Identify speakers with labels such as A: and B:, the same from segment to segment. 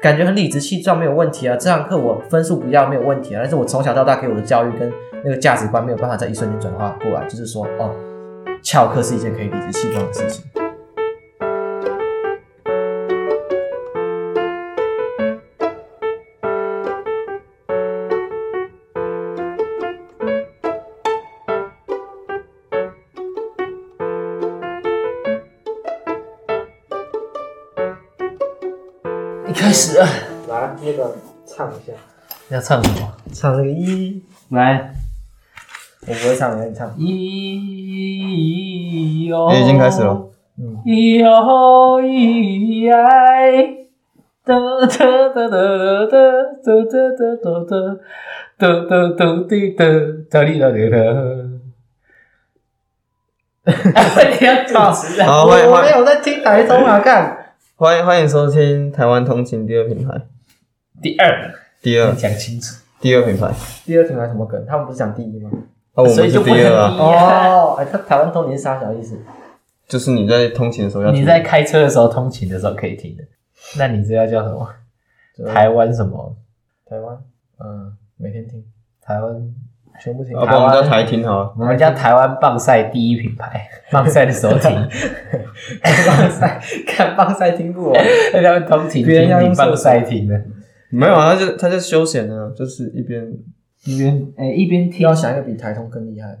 A: 感觉很理直气壮，没有问题啊。这堂课我分数不要没有问题啊，但是我从小到大给我的教育跟那个价值观没有办法在一瞬间转化过来，就是说，哦，翘课是一件可以理直气壮的事情。你开始啊，
B: 来那个唱一下，
A: 要唱什么？
B: 唱那个一，
A: 来，我不会唱，你唱。
C: 咿哟，
D: 也已经开始了。
A: 嗯，
C: 咿哟咿呀，哒哒哒哒哒哒哒哒哒哒哒哒哒滴哒哒哩哒哩哒。你要主持啊？
D: 好，
B: 我
D: 欢迎
B: 我没
D: 欢迎
B: 有在听台中啊，看
D: 欢迎欢迎收听台湾通勤第二品牌，
C: 第二，
D: 第二
C: 讲清楚。
D: 第二品牌
A: 第二题还什么梗？他们不是讲第一吗？
D: 啊，我
C: 所
D: 们
C: 以
D: 是
C: 就不
D: 第二啊，
C: 能哦。
A: 哦，哎，他台湾通你是啥小意思？
D: 就是你在通勤的时候要听
C: 你在开车的时候、通勤的时候可以听的。那你这要叫什么？台湾什么？
A: 台湾，嗯，每天听，
C: 台湾
A: 全部听。
D: 啊，不 然我们叫台听好了，
C: 我们家台湾棒赛第一品牌， 棒赛的时候 听，
A: 棒赛，看棒赛听过，
C: 在他们通勤
A: 别人要
C: 听
A: 用
C: 你棒赛听的，
D: 没有啊，他就他就休闲的啊，就是一边
C: 一边哎一边听
A: 要想一个比台通更厉害的。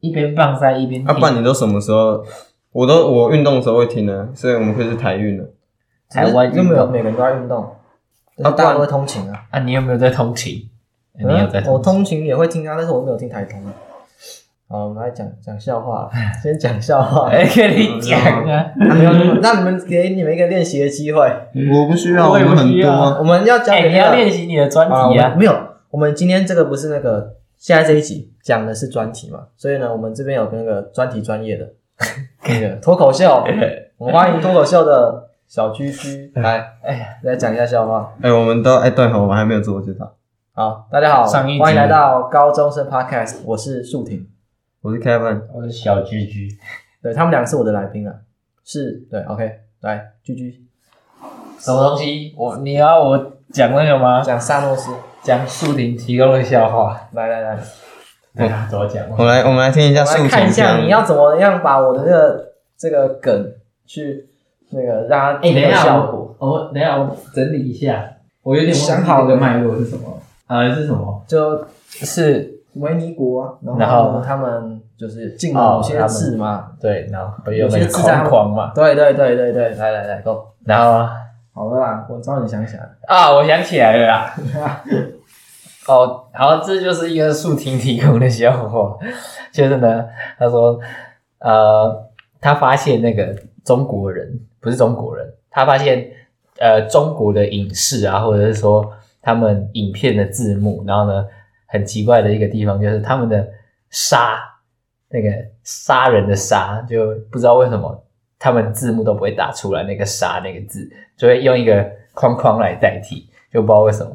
C: 一边棒赛一边
D: 啊，不然
C: 听
D: 你都什么时候？我都我运动的时候会听的，所以我们可以是台运的。
C: 台湾
A: 就
C: 运
A: 没有
C: 动哦
A: 每个人都在运动，但是大家都会通勤啊。嗯
C: 啊，你有没有在通勤？你有在
A: 我
C: 嗯通勤？
A: 通勤也会听啊，但是我没有听台通啊。好，我们来讲讲笑话了， 先讲笑话。
C: 哎，跟你讲啊，
A: 没有，那你们给你们一个练习的机会。
D: 我不需要，
C: 我也
D: 们
C: 不
D: 很
C: 需
D: 多
C: 要
D: 啊。
A: 我们要讲
C: 哎，你要练习你的专
A: 啊，我
C: 题啊
A: 们，没有，我们今天这个不是那个，现在这一集讲的是专题嘛，所以呢，我们这边有那个专题专业 的那个脱口秀，我们欢迎脱口秀的小居居来，
C: 哎呀，
A: 来讲一下笑话。
D: 哎、我们都哎、对哈，我们还没有自我介绍，
A: 好，大家好，
C: 上一集
A: 欢迎来到高中生 Podcast，我是树婷，
D: 我是 Kevin，
C: 我是小居居，
A: 对他们两个是我的来宾啊，是对，OK，来居居
C: 什么东西？我你要我讲那个吗？
A: 讲萨诺斯，
C: 讲树林提供的笑话，
A: 来来来，
C: 对啊，怎么讲？
D: 我们来我们来听一下
A: 我们
D: 竖
A: 来看一
D: 琴
A: 下
D: 枪
A: 你。要怎么样把我的这个这个梗去那个让它
C: 哎、
A: 有
C: 等一下
A: 效果。
C: 我，我哦等一下我整理一下，我有点忘
A: 想
C: 记
A: 好
C: 这
A: 了
C: 个脉络是什么。呃，是什么？
A: 就是维尼国啊，然
C: 然后哦
A: 后他们就是进了某些字嘛，
C: 对，然后
A: 有
C: 有
A: 些
C: 那个
A: 字在
C: 狂狂嘛，
A: 对对对对对，来来来，Go，
C: 然后
A: 好了啦，我早点想起来了，
C: 啊，我想起来了啦。 哦，然后这就是一个树婷提供的笑话，就是呢，他说，呃，他发现那个中国人不是中国人，他发现呃中国的影视啊，或者是说他们影片的字幕，然后呢，很奇怪的一个地方就是他们的杀那个杀人的杀，就不知道为什么他们字幕都不会打出来那个杀那个字，就会用一个框框来代替，就不知道为什么。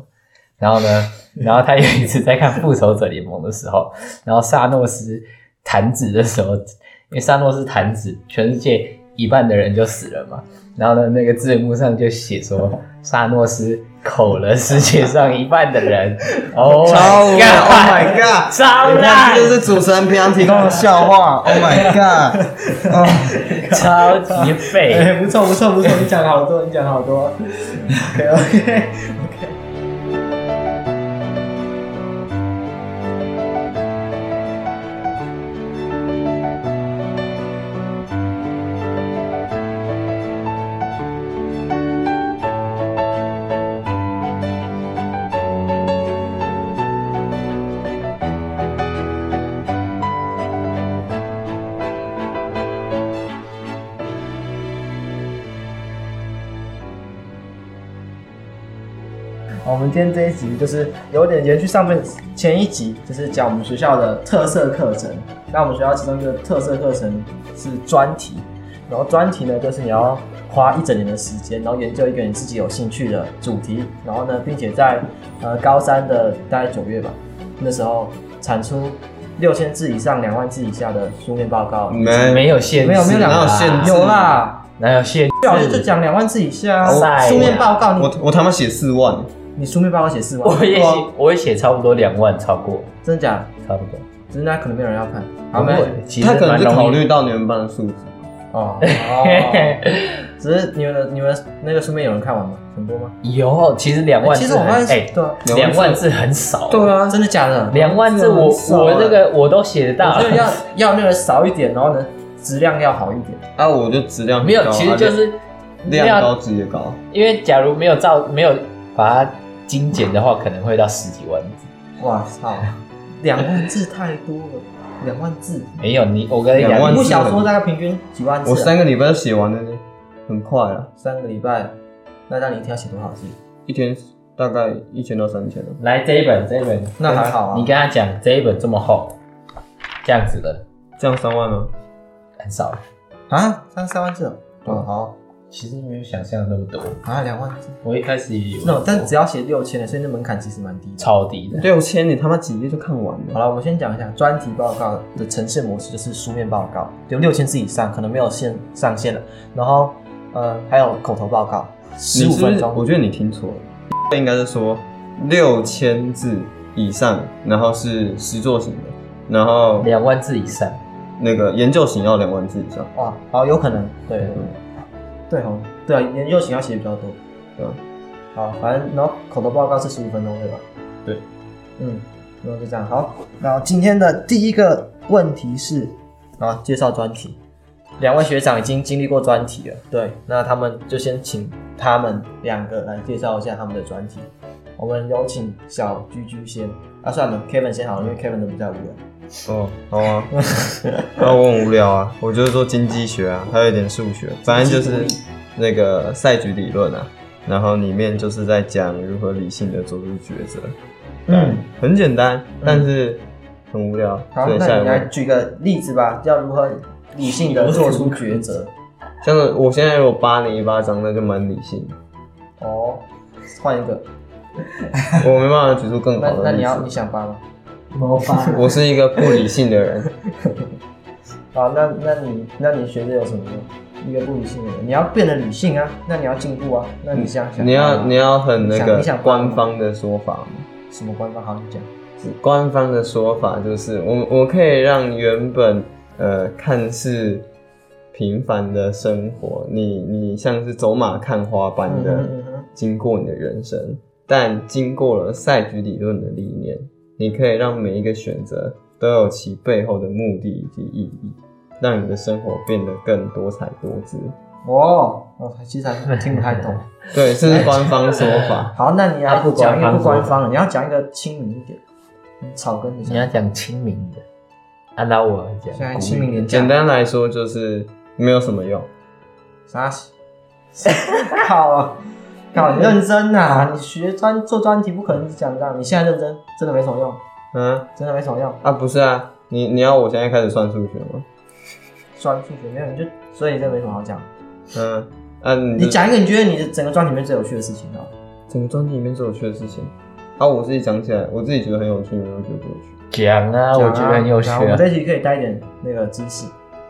C: 然后呢， 然后他有一次在看《复仇者联盟》的时候，然后萨诺斯弹指的时候，因为萨诺斯弹指，全世界一半的人就死了嘛。然后呢，那个字幕上就写说萨诺斯口了世界上一半的人。 哦、oh
D: 超
C: my
D: 无聊
C: god！
D: ！Oh my god！
C: 超
D: 你看，
C: 烂，
D: 这就是主持人平常提供的笑话。Oh my god！哦，
C: 超级 废。
A: 哎，不错不错不错，你讲好多，你讲好多，OK OK OK，好我们今天这一集就是有点延续上面前一集，就是讲我们学校的特色课程。那我们学校其中一个特色课程是专题，然后专题呢就是你要花一整年的时间，然后研究一个你自己有兴趣的主题，然后呢，并且在呃高三的大概九月吧，那时候产出六千字以上、两万字以下的书面报告。
D: 没
C: 哎没有限制，
A: 没有没有两
D: 哪
C: 啊
A: 个
D: 有限制
A: 有啦，
C: 哪有限
A: 最好是就讲两万字以下啊
C: 晒，
A: 书面报告
D: 我
A: 你
D: 我他妈写四万，
A: 你书面报告写四万，
C: 我也
A: 哇
C: 写，我也写差不多两万，超过，
A: 真的假的？
C: 差不多。
A: 只是那可能没有人要看，好没关系
C: 其实
D: 他可能
C: 蛮
D: 是
C: 容易
D: 考虑到你们班的素质，
A: 哦，哦只是你们的你们那个书面有人看完吗？很多吗？
C: 有，其实两
A: 哎
C: 万
A: 其
C: 字
A: 实我
C: 很，
A: 发现
C: 哎
A: 是，对啊，
C: 两万字很少，
A: 对啊，真的假的？
C: 两万字我我那个我都写得到
A: 我觉，得要要那个少一点，然后呢质量要好一点。
D: 啊，我就质量
C: 没有
D: 高，
C: 其实就
D: 啊
C: 是
D: 量
C: 要
D: 量高直接高，
C: 因为假如没有照没有把它精简的话，可能会到十几万字。
A: 哇操，两万字太多了，两万字，
C: 没有你，我跟你
D: 两
C: 讲，
D: 万
A: 一
C: 你
A: 部小说大概平均几万字啊？
D: 我三个礼拜就写完了呢，很快啊，
A: 三个礼拜，那那你一天要写多少字？
D: 一天大概一千到三千了。
C: 来这一本这一本，
A: 那还好啊
C: 你，跟他讲这一本这么厚，这样子的
D: 这样三万吗？
C: 很少，
A: 啊，三三万字哦，哦好
C: 其实没有想象的那么多。
A: 啊，两万字，
C: 我一开始也有，
A: 那但只要写六千的，所以那门槛其实蛮低的。
C: 超低的，
D: 六千，你他妈几页就看完
A: 好
D: 了。
A: 了，我先讲一下专题报告的呈现模式，就是书面报告，有六千字以上，可能没有限上限了。然后，呃，还有口头报告，十
D: 你
A: 五
D: 是不是
A: 分钟。
D: 我觉得你听错了，应该是说六千字以上，然后是实作型的，然后
C: 两万字以上，
D: 那个研究型要两万字以上。
A: 哇，好，有可能，对
D: 对
A: 对对哦，对啊，研究型要写比较多。
D: 对，
A: 好，反正然后口头报告是十五分钟对吧？
C: 对，
A: 嗯，然后就这样。好，然后今天的第一个问题是，啊，介绍专题。两位学长已经经历过专题了，对，那他们就先请他们两个来介绍一下他们的专题。我们有请小居居先，啊，算了，Kevin 先好了，因为 Kevin 都比较无聊。
D: 哦，好啊。 那我很无聊啊，我就是做经济学啊，还有一点数学，反正就是那个赛局理论啊。然后里面就是在讲如何理性的做出抉择，
A: 嗯，
D: 很简单，但是很无聊。
A: 好
D: 所，以
A: 那
D: 下一
A: 你来
D: 位，
A: 举个例子吧，要如何理性的做出抉择？
D: 像是我现在有扒你一巴掌，那就蛮理性的。
A: 哦，换一个，
D: 我没办法举出更
A: 那
D: 好
A: 那
D: 的
A: 你
D: 例
A: 要你
D: 子。
A: 想发吗？
C: 魔法
D: 我是一个不理性的人，
A: 好，那那你那你学的有什么用？一个不理性的人，你要变得理性啊，那你要进步啊，那你想 想，啊
D: 你要你要很那
A: 你
D: 个
A: 想帮忙
D: 官方的说法嘛。
A: 什么官方好你讲？
D: 官方的说法就是，我们我可以让原本呃看似平凡的生活，你你像是走马看花般的
A: 嗯哼
D: 经过你的人生，但经过了赛局理论的历练，你可以让每一个选择都有其背后的目的以及意义，让你的生活变得更多彩多姿。
A: 哦，我其实还听不太 懂。
D: 对，这是官方说 法。
A: 好，那你要
C: 不
A: 讲
C: 官
A: 一
C: 方
A: 个不官方的，你要讲一个亲民一点，你草根一下。
C: 你要讲清明的，按照我讲，
A: 现在清明年假，
D: 简单来说就是没有什么用。
A: 啥？靠啊！靠，你认真呐、你学专做专题不可能只讲这样，你现在认真真的没什么用，
D: 嗯
A: 真的没什么用。
D: 啊，不是啊，你你要我现在开始算数学吗？
A: 专数学没有，你就所以你这没什么好讲。
D: 嗯，啊，你
A: 你讲一个你觉得你的整个专题里面最有趣的事情啊？
D: 整个专题里面最有趣的事情，啊，我自己讲起来，我自己觉得很有趣，没有觉得不有趣。
C: 讲啊，
A: 讲啊
C: 我觉得很有趣
A: 然后我们
C: 啊
A: 这，一题可以带一点那个知识，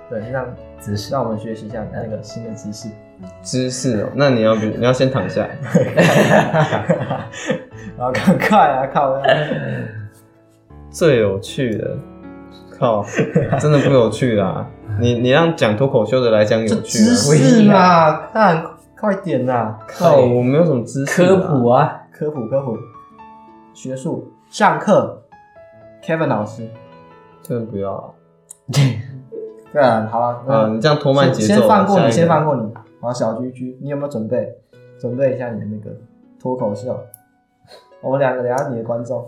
A: 对，让
C: 知识
A: 让我们学习一下那个新的知识。
D: 知识哦，那你要不你要先躺下来，
A: 然后赶快啊，靠！
D: 最有趣的，靠，真的不有趣啦。你你让讲脱口秀的来讲有趣
A: 知
D: 啊，
A: 识嘛，看快点呐！
D: 靠，我没有什么知识、
C: 科普
D: 啊，
C: 啊，
A: 科普科普，学术上课，Kevin 老师，
D: 真的不要啊
A: 对啊，好了，
D: 啊！
C: 嗯
A: 那
D: 你这样拖慢节
A: 先
D: 奏啊。
A: 放过
D: 下一
A: 你，
D: 个
A: 先放过你。好，小居居，你有没有准备？准备一下你的那个脱口秀。我们两个聊你的观众，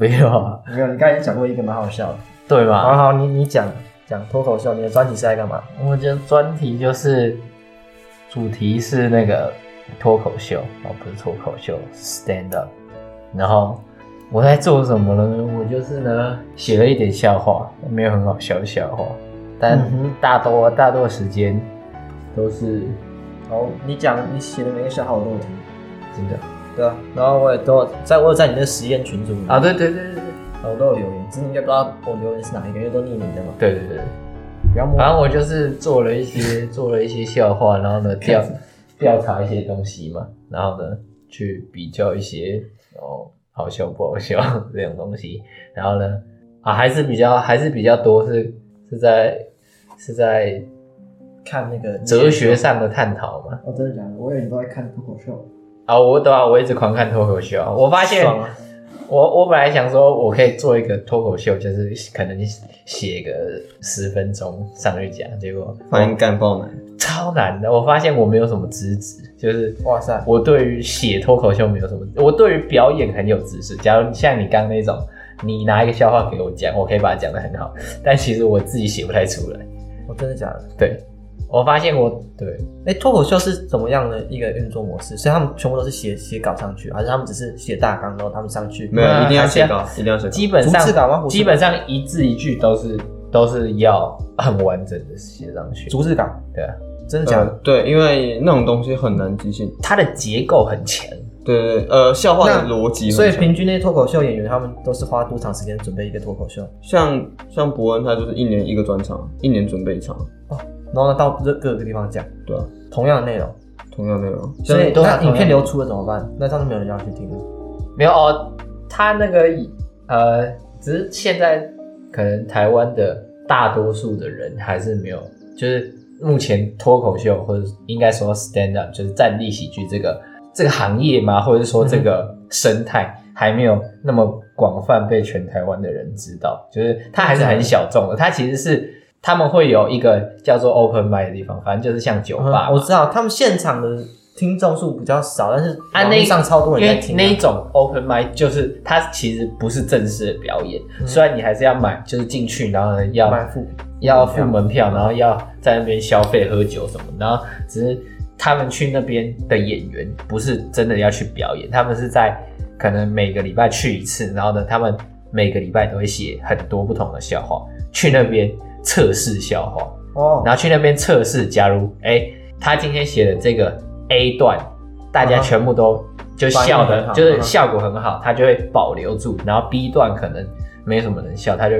C: 没有啊，
A: 没有，你刚才已经讲过一个蛮好笑的。
C: 对吧？
A: 好好，你你讲讲脱口秀，你的专题是在干嘛？
C: 我觉得专题就是主题是那个脱口秀哦，不是脱口秀，stand up。然后我在做什么呢？我就是呢写了一点笑话，没有很好笑的笑话，但
A: 嗯哼
C: 大多大多时间都是
A: 好，你讲你写的每个笑话我都有听，
C: 真的
A: 对啊，然后我也都有在我有在你的实验群组里面
C: 啊，对对对对
A: 我都有留言，只是你应该不知道我留言是哪一个，因为都匿名的嘛。
C: 对对对对，
A: 不要摸。
C: 反正我就是做了一些做了一些笑话，然后呢调调查一些东西嘛，然后呢去比较一些哦好笑不好笑 这种东西，然后呢啊还是比较还是比较多是是在是在
A: 看那个
C: 哲学，上的探讨嘛
A: 哦，真的假的？我以为你都在看脱口秀。
C: 啊我对啊我一直狂看脱口秀啊，我发现
D: 爽啊
C: 我我本来想说我可以做一个脱口秀，就是可能写个十分钟上去讲，结果
D: 反应干爆奶，
C: 超难的。我发现我没有什么资质，就是
A: 哇塞，
C: 我对于写脱口秀没有什么，我对于表演很有知识。假如像你刚刚那种，你拿一个笑话给我讲，我可以把它讲得很好，但其实我自己写不太出来。
A: 哦，真的假的？
C: 对，我发现我对
A: 哎，脱口秀是怎么样的一个运作模式？所以他们全部都是写写稿上去，还是他们只是写大纲，然后他们上去？
D: 没有
C: 那
D: 一定要
C: 还是要
D: 写稿，一定要写稿。
C: 基本
A: 逐字稿吗
C: 上
A: 不是
C: 基本上一字一句都是都是要很完整的写上去。
A: 逐字稿，
C: 对啊，
A: 真的假
D: 呃
A: 的？，
D: 对，因为那种东西很难即兴。
C: 它的结构很强。
D: 对对，对呃，笑话的
A: 那
D: 逻辑很
A: 所以
D: 强
A: 平均那些脱口秀演员他们都是花多长时间准备一个脱口秀？
D: 像像伯恩他就是一年一个专场，一年准备一场，
A: 然后呢，到各各个地方讲
D: 对啊，
A: 同样的内容，
D: 同样内容。
A: 所以
C: 都是
A: 那
C: 同样
A: 影片流出了怎么办？那上次没有人要去听，
C: 没有哦，他那个呃，只是现在可能台湾的大多数的人还是没有，就是目前脱口秀或者应该说 stand up，就是站立喜剧这个这个行业嘛，或者说这
A: 嗯
C: 个生态还没有那么广泛被全台湾的人知道，就是它还是
A: 嗯
C: 很小众的，它其实是。他们会有一个叫做 open mic 的地方，反正就是像酒吧嘛、
A: 嗯我知道他们现场的听众数比较少，但是
C: 啊，
A: 网
C: 那
A: 络上超多人在
C: 因
A: 听啊、
C: 为那一种 open mic 就是它其实不是正式的表演，
A: 嗯
C: 虽然你还是要买，就是进去然后呢要
A: 蛮富，
C: 要付门票，然后要在那边消费喝酒什么，然后只是他们去那边的演员不是真的要去表演，他们是在可能每个礼拜去一次，然后呢，他们每个礼拜都会写很多不同的笑话，去那边测试笑话，
A: 哦，
C: 然后去那边测试。假如哎、他今天写的这个 A 段，大家
A: 嗯哼
C: 全部都就笑
A: 反应很
C: 的，
A: 好
C: 就是
A: 嗯
C: 效果很好，他就会保留住。然后 B 段可能没什么人笑，他就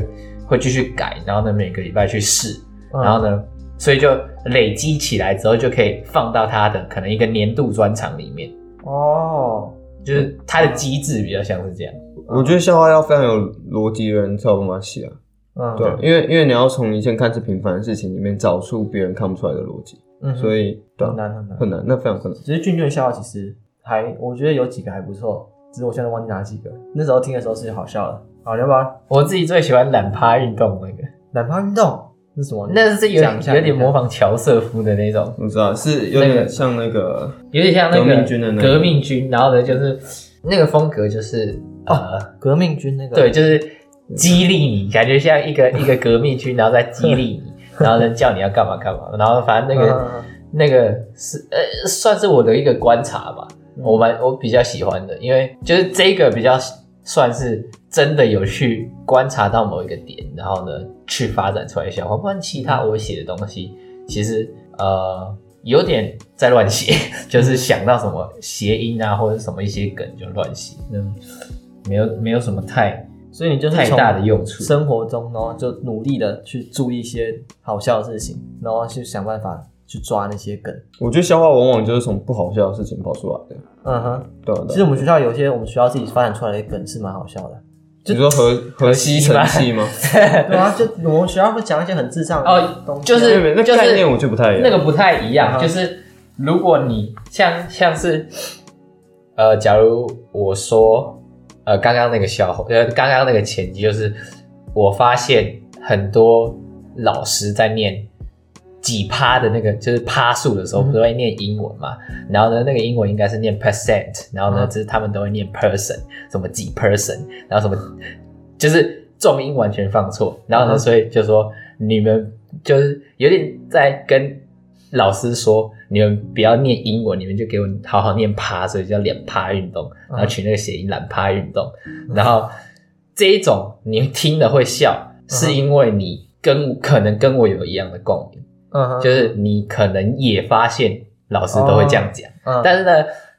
C: 会继续改，然后呢每个礼拜去试，
A: 嗯
C: 然后呢，所以就累积起来之后，就可以放到他的可能一个年度专场里面。
A: 嗯哦，
C: 就是它的机制比较像是这样，
D: 我觉得笑话要非常有逻辑的人才有办法写啊。
A: 嗯，
D: 对啊，，因为因为你要从一件看似平凡的事情里面找出别人看不出来的逻辑，
A: 嗯，
D: 所
A: 以
D: 以对啊
A: 很难很难。
D: 很难，那非常困难。
A: 只是俊俊的笑话其实还，我觉得有几个还不错，只是我现在忘记哪几个。那时候听的时候是好笑的。好，你要不要
C: 我自己最喜欢懒趴运动那个，
A: 懒趴运动？那是什么？
C: 那是有
A: 讲一下
C: 有点模仿乔瑟夫的那种，
D: 我知道是有
C: 那
D: 点
C: 个
D: 像那个，
C: 有点像那个
D: 革命军的那个
C: 革命军然后呢，就是那个风格就是
D: 哦
C: 呃，
A: 革命军那个。
C: 对，，就是激励你，感觉像一个一个革命军，然后在激励你，然后呢叫你要干嘛干嘛，然后反正那个、
A: 嗯
C: 那个是呃算是我的一个观察吧，我蛮我比较喜欢的，因为就是这个比较算是真的有去观察到某一个点，然后呢去发展出来的笑话，不然其他我写的东西其实呃有点在乱写， 就是想到什么谐音啊或者什么一些梗就乱写，嗯，没有没有什么太
A: 所以你就是
C: 太
A: 从
C: 大的用处
A: 生活中，然后就努力的去注意一些好笑的事情，然后去想办法去抓那些梗。
D: 我觉得笑话往往就是从不好笑的事情跑出来的，
A: 嗯哼，
D: 对啊
A: 其
D: 对
A: 实
D: 啊。
A: 我们学校有些我们学校自己发展出来的梗是蛮好笑的。
D: 你说河河西
C: 西吧
D: 城系吗？
A: 对啊，就我们学校会讲一些很智障的
C: 哦
A: 东西啊，
C: 就是
D: 没有没有
C: 就
D: 那
C: 是
D: 概念我就不太一样。
C: 那个不太一
A: 嗯
C: 样，就是如果你像像是，呃，假如我说，呃，刚刚那个笑话，呃，刚刚那个前提就是，我发现很多老师在念几趴的那个就是趴数的时候，
A: 嗯
C: 不是会念英文嘛？然后呢，那个英文应该是念 percent，然后呢，
A: 嗯
C: 就是他们都会念 person，什么几 person，然后什么，就是重音完全放错，然后呢，
A: 嗯
C: 所以就说你们就是有点在跟老师说，你们不要念英文，你们就给我好好念趴，所以叫两趴运动，然
D: 嗯
C: 后取那个谐音懒趴运动，然后这一种你听了会笑，
D: 嗯
C: 是因为你跟可能跟我有一样的共鸣，
A: 嗯哼，
C: 就是你可能也发现老师都会这样讲，
D: 哦
A: 嗯
C: 但是呢，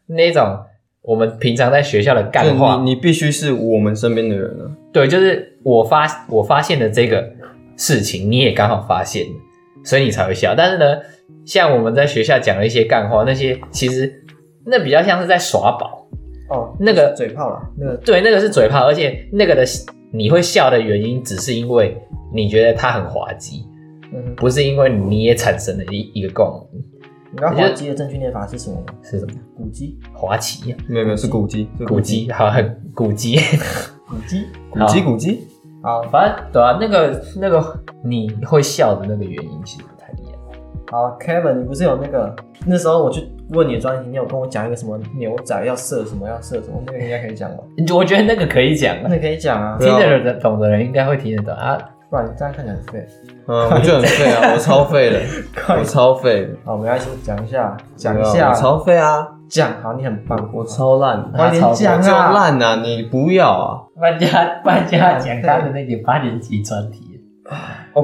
C: 那种我们平常在学校的
D: 就
C: 干话
D: 你，你必须是我们身边的人啊。
C: 对，就是我发我发现的这个事情，你也刚好发现了，所以你才会笑。但是呢，像我们在学校讲的一些干话，那些其实那比较像是在耍宝，
A: 哦，
C: 那个
A: 嘴炮啦，那个
C: 对，那个是嘴炮，而且那个的你会笑的原因，只是因为你觉得它很滑稽，
A: 嗯，
C: 不是因为你也产生了一一个共鸣，
A: 你知道
C: 我觉得
A: 滑稽的正确念法是什么吗？
C: 是什么？
A: 古鸡，
C: 滑稽呀，
D: 没有没有是古鸡，是
C: 古鸡，好，很古鸡。
A: 古鸡，
D: 古鸡古鸡，
A: 好
C: 反正对啊，那个那个你会笑的那个原因其实不太一样。
A: 好，Kevin，你不是有那个那时候我去问你的专题，你有跟我讲一个什么牛仔要射什么要射什么，那个应该可以 讲吧？
C: 我觉得那个可以讲啊，
A: 那可以讲啊，
C: 听得懂的懂的人应该会听得懂啊。
A: 不然你这样看起来很废。
D: 嗯，我就很废 啊，我超废的，我超废的，
A: 好，没关系，讲一下，讲
D: 对
A: 一
D: 啊
A: 下
D: 我，超废啊，
A: 讲好，你很棒，
D: 我超烂的，
A: 快点讲
D: 我超
A: 啊！
D: 烂啊，你不要啊，
C: 搬家搬家讲他的那个八年级专题，
A: 哦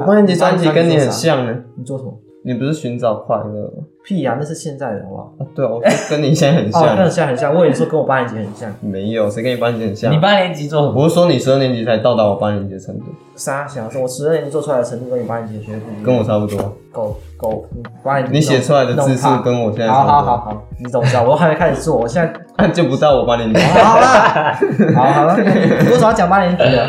D: 我八年级专辑跟你很像呢，
A: 你做什么？
D: 你不是寻找快乐吗？
A: 屁啊呀、那是现在的好不好？
D: 啊，对啊，我就跟你现在很
A: 哦，跟
D: 像
A: 很，像很像，我也说跟我八年级很像。
D: 没有，谁跟你班级很像
C: 你？八年级做什么？
D: 我是说你十二年级才到达我八年级的程度，
A: 沙想说，我十二年级做出来的程度跟你八年级的学生不一样。
D: 跟我差不多。
A: 狗狗，你八年级
D: 你写出来的字数
A: 嗯弄
D: 跟我现在
A: 怕好好
D: 差不
A: 好
D: 多，
A: 好，你怎么知道？我还没开始做，我现在
D: 那 就不到我八年级。
A: 好啦，好好了，你为什么要讲八年级啊？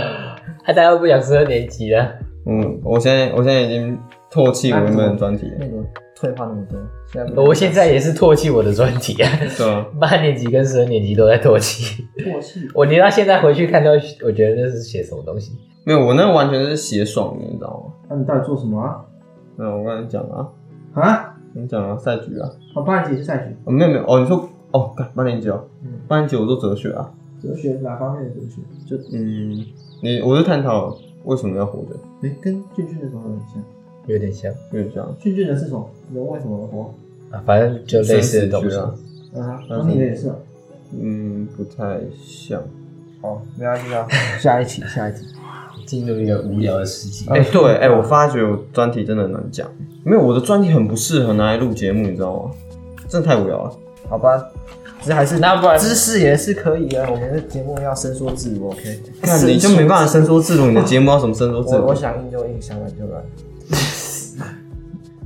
C: 他大家不讲十二年级啊了，
D: 嗯，我现在我现在已经唾弃我原本的专题了
A: 那。个退化那么多，现在不
C: 我现在也是唾弃我的专题啊。
D: 对啊，
C: 八年级跟十二年级都在唾弃，
A: 唾弃。
C: 我连到现在回去看都，我觉得那是写什么东西。
D: 没有，我那完全是写爽的，你知道吗？
A: 那你到底做什么啊？
D: 嗯，我刚才讲了啊，
A: 啊？
D: 你讲啊，赛局啊，
A: 我八年级是赛局，
D: 哦、没有没有，哦，你说哦，干八年级哦
A: 嗯，
D: 八年级我做哲学啊，
A: 哲学哪方面的哲学？就
D: 嗯，你我是探讨为什么要活着，
A: 哎，跟俊俊的什么很像？
C: 有点像
D: 有点像
A: 俊俊的是什么？人为什么而活？
C: 啊，反正就类似的
D: 生
C: 东
D: 死
C: 西
D: 学。啊，
A: 啊，
D: 嗯
A: 那你的也是哦。
D: 嗯，不太像。
A: 好，没关系啊，下一题，下一题。
C: 进入一个无聊的世界。
D: 哎、对，哎、我发觉我专题真的很难讲，没有我的专题很不适合拿来录节目，你知道吗？真的太无聊了。
A: 好吧，其实还是
C: 那不然
A: 知识也是可以的。我们的节目要伸缩自如，OK？
D: 那你就没办法伸缩自如，你的节目要怎么伸缩自
A: 我
D: 如
A: 我？想硬就硬，想软就软。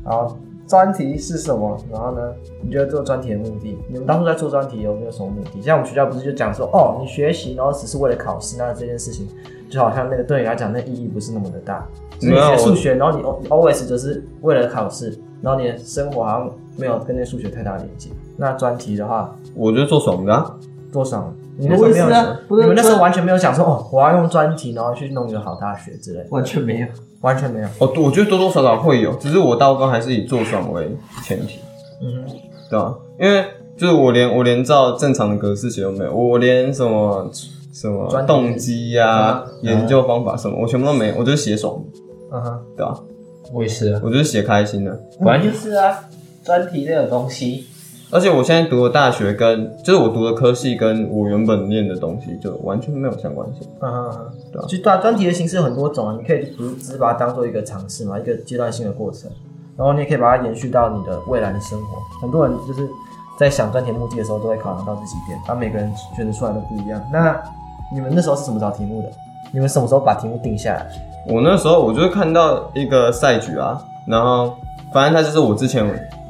A: 好，专题是什么？然后呢？你觉得做专题的目的？你们当初在做专题有没有什么目的？像我们学校不是就讲说，哦，你学习然后只是为了考试，那这件事情就好像那个对你来讲，那意义不是那么的大。就是你
D: 没有
A: 学
D: 我
A: 数学，然后你 al- always 就是为了考试，然后你的生活好像没有跟那数学太大连接。那专题的话，
D: 我就做爽的、啊，
A: 多少？你那时候没有
C: 我也是啊
A: 想，
C: 不
A: 你
C: 是
A: 们那时候完全没有想说，哦，我要用专题然后去弄一个好大学之类的，
C: 完全没有。
A: 完全没有。
D: 哦，对我觉得多多少少会有，只是我大部分还是以做爽为前提，
A: 嗯哼。
D: 对吧、啊因为就是我连我连照正常的格式写都没有，我连什么什么
A: 专题
D: 动机呀、
A: 啊
D: 研究方法什么，我全部都没有，我就是写爽的，
A: 嗯哼，
D: 对吧、
C: 我也是啊，
D: 我就是写开心的。
C: 反正就是啊，专题这种东西，
D: 而且我现在读的大学跟就是我读的科系跟我原本念的东西就完全没有相关性。
A: 嗯哼，嗯
D: 对啊
A: 哼，就专专题的形式有很多种啊，你可以只只是把它当做一个尝试嘛，一个阶段性的过程，然后你也可以把它延续到你的未来的生活。很多人就是在想专题目的的时候，都会考量到这几点，他、每个人选择出来的不一样。那你们那时候是怎么找题目的？你们什么时候把题目定下来？
D: 我那时候我就是看到一个赛局啊，然后反正它就是我之前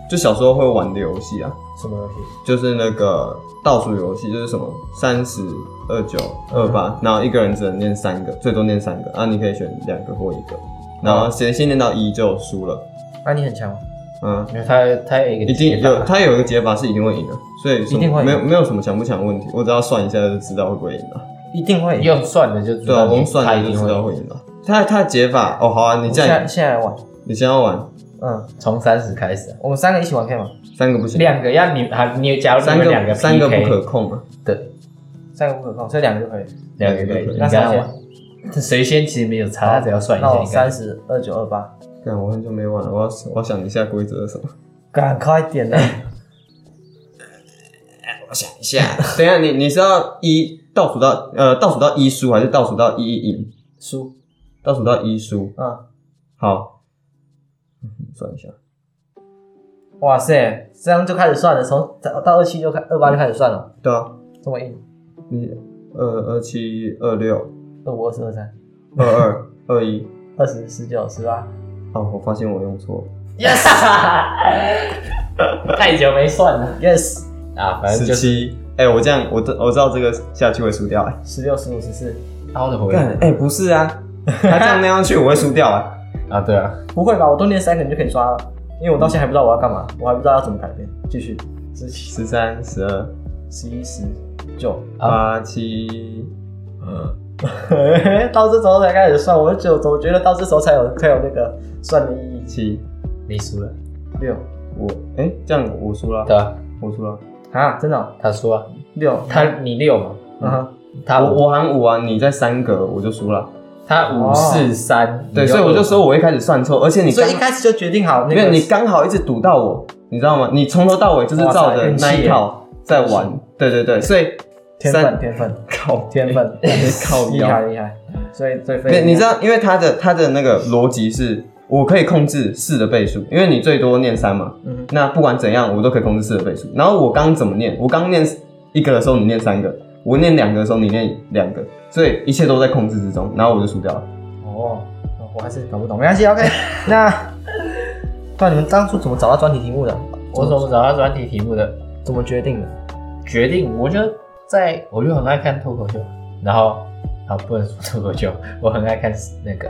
D: 就小时候会玩的游戏啊，
A: 什么游戏？
D: 就是那个倒数游戏，就是什么三十二九二八，然后一个人只能念三个，最多念三个，啊，你可以选两个或一个，然后谁先念到一就输了。
A: 那、你很强吗，
D: 嗯，
C: 因为它它有一个
D: 一定
C: 解法
D: 有，他有一个解法是一定会赢的，所以什么
A: 一定会赢
D: 没有没有什么想不想的问题，我只要算一下就知道会不会赢了。
A: 一定会赢。
C: 用算的就知
D: 对啊，
C: 道
D: 我
C: 你，
D: 用算
C: 它
D: 了
C: 一
D: 就
C: 定
D: 知道
C: 会
D: 会赢了。他他的解法哦，好啊，你
A: 现
D: 这样
A: 在现在来玩，
D: 你先要玩
A: 嗯，
C: 从三十开始啊，
A: 我们三个一起玩可以吗？
D: 三个不行，
C: 两个要你啊，你假如你
D: 三
C: 们两
D: 个
C: 个
D: 三个
C: PK
D: 不可控啊。
C: 对，
A: 三个不可控，所以两个就可以。
C: 两个可以，
D: 两个可以
C: 你
A: 那
C: 跟
A: 谁
C: 他
A: 先
C: 玩。谁先其实没有差，他只要算一
A: 那
C: 下
A: 我
C: 应该
A: 三。十二九二八，
D: 干，我很久没玩了，我要我要想一下规则是什么。
A: 赶快点 的。
D: 我想一下，等一下你你是要一倒数到呃倒数到一输还是倒数到一赢？
A: 输，
D: 倒数到一输，
A: 嗯。
D: 好，嗯算一下，
A: 哇塞，这样就开始算了，从到二七就开二八就开始算了，
D: 对啊，
A: 这么硬，
D: 你二二七二六
A: 二五二四二三
D: 二二二一。
A: 二十十九十八，
D: 哦，我发现我用错了，
C: Yes，太久没算了
A: Yes，
C: 啊，反正
D: 十
C: 就是
D: 七，哎，我这样，我知我知道这个下去会输掉，哎，
A: 十六、十五、十四，
C: 凹的回
D: 干，哎，不是啊， 他这样那样去我会输掉，哎，
C: 啊，对啊，
A: 不会吧？我多练三个你就可以刷了，因为我到现在还不知道我要干嘛，我还不知道要怎么改变。继续，十七、
D: 十三、十二、
A: 十一、十九，
D: 八七，
A: 到这时候才开始算，我就觉得总觉得到这时候才有才有那个算的意义。
D: 七，
C: 你输了，
A: 六
D: 我，哎，这样我输了
C: 对，啊，
D: 我输了，
A: 啊，真的哦
C: 他输啊，
A: 六，
C: 他你六嘛，
A: 嗯哼，
C: 他
D: 我
C: 五
D: 我喊五啊，你再三格我就输了，
C: 他五
A: 哦
C: 四三，
D: 对，
C: 你
D: 所以我就
C: 二
D: 说我一开始算错，而且你
A: 所
D: 刚
A: 以一开始就决定好那
D: 没
A: 个
D: 有，你刚好一直堵到我，你知道吗？你从头到尾就是照着那一套在
A: 运气
D: 玩，对对对，所以
A: 天分，
D: 三
A: 天分，
D: 靠
A: 天分，
D: 靠
A: 厉害
D: 腰，
A: 厉害，所以最
D: 对，
A: 费
D: 你知道，因为他的他的那个逻辑是。我可以控制四的倍数，因为你最多念三嘛，
A: 嗯哼
D: 那不管怎样，我都可以控制四的倍数。然后我刚怎么念？我刚念一个的时候，你念三个；我念两个的时候，你念两个，所以一切都在控制之中。然后我就输掉了。
A: 哦，我还是搞不懂，没关系，OK，那。那你们当初怎么找到专题题目的？
C: 我怎么找到专题题目的？
A: 怎么决定的？
C: 决定，我就在，我就很爱看脱口秀，然后啊，不能说脱口秀，我很爱看那个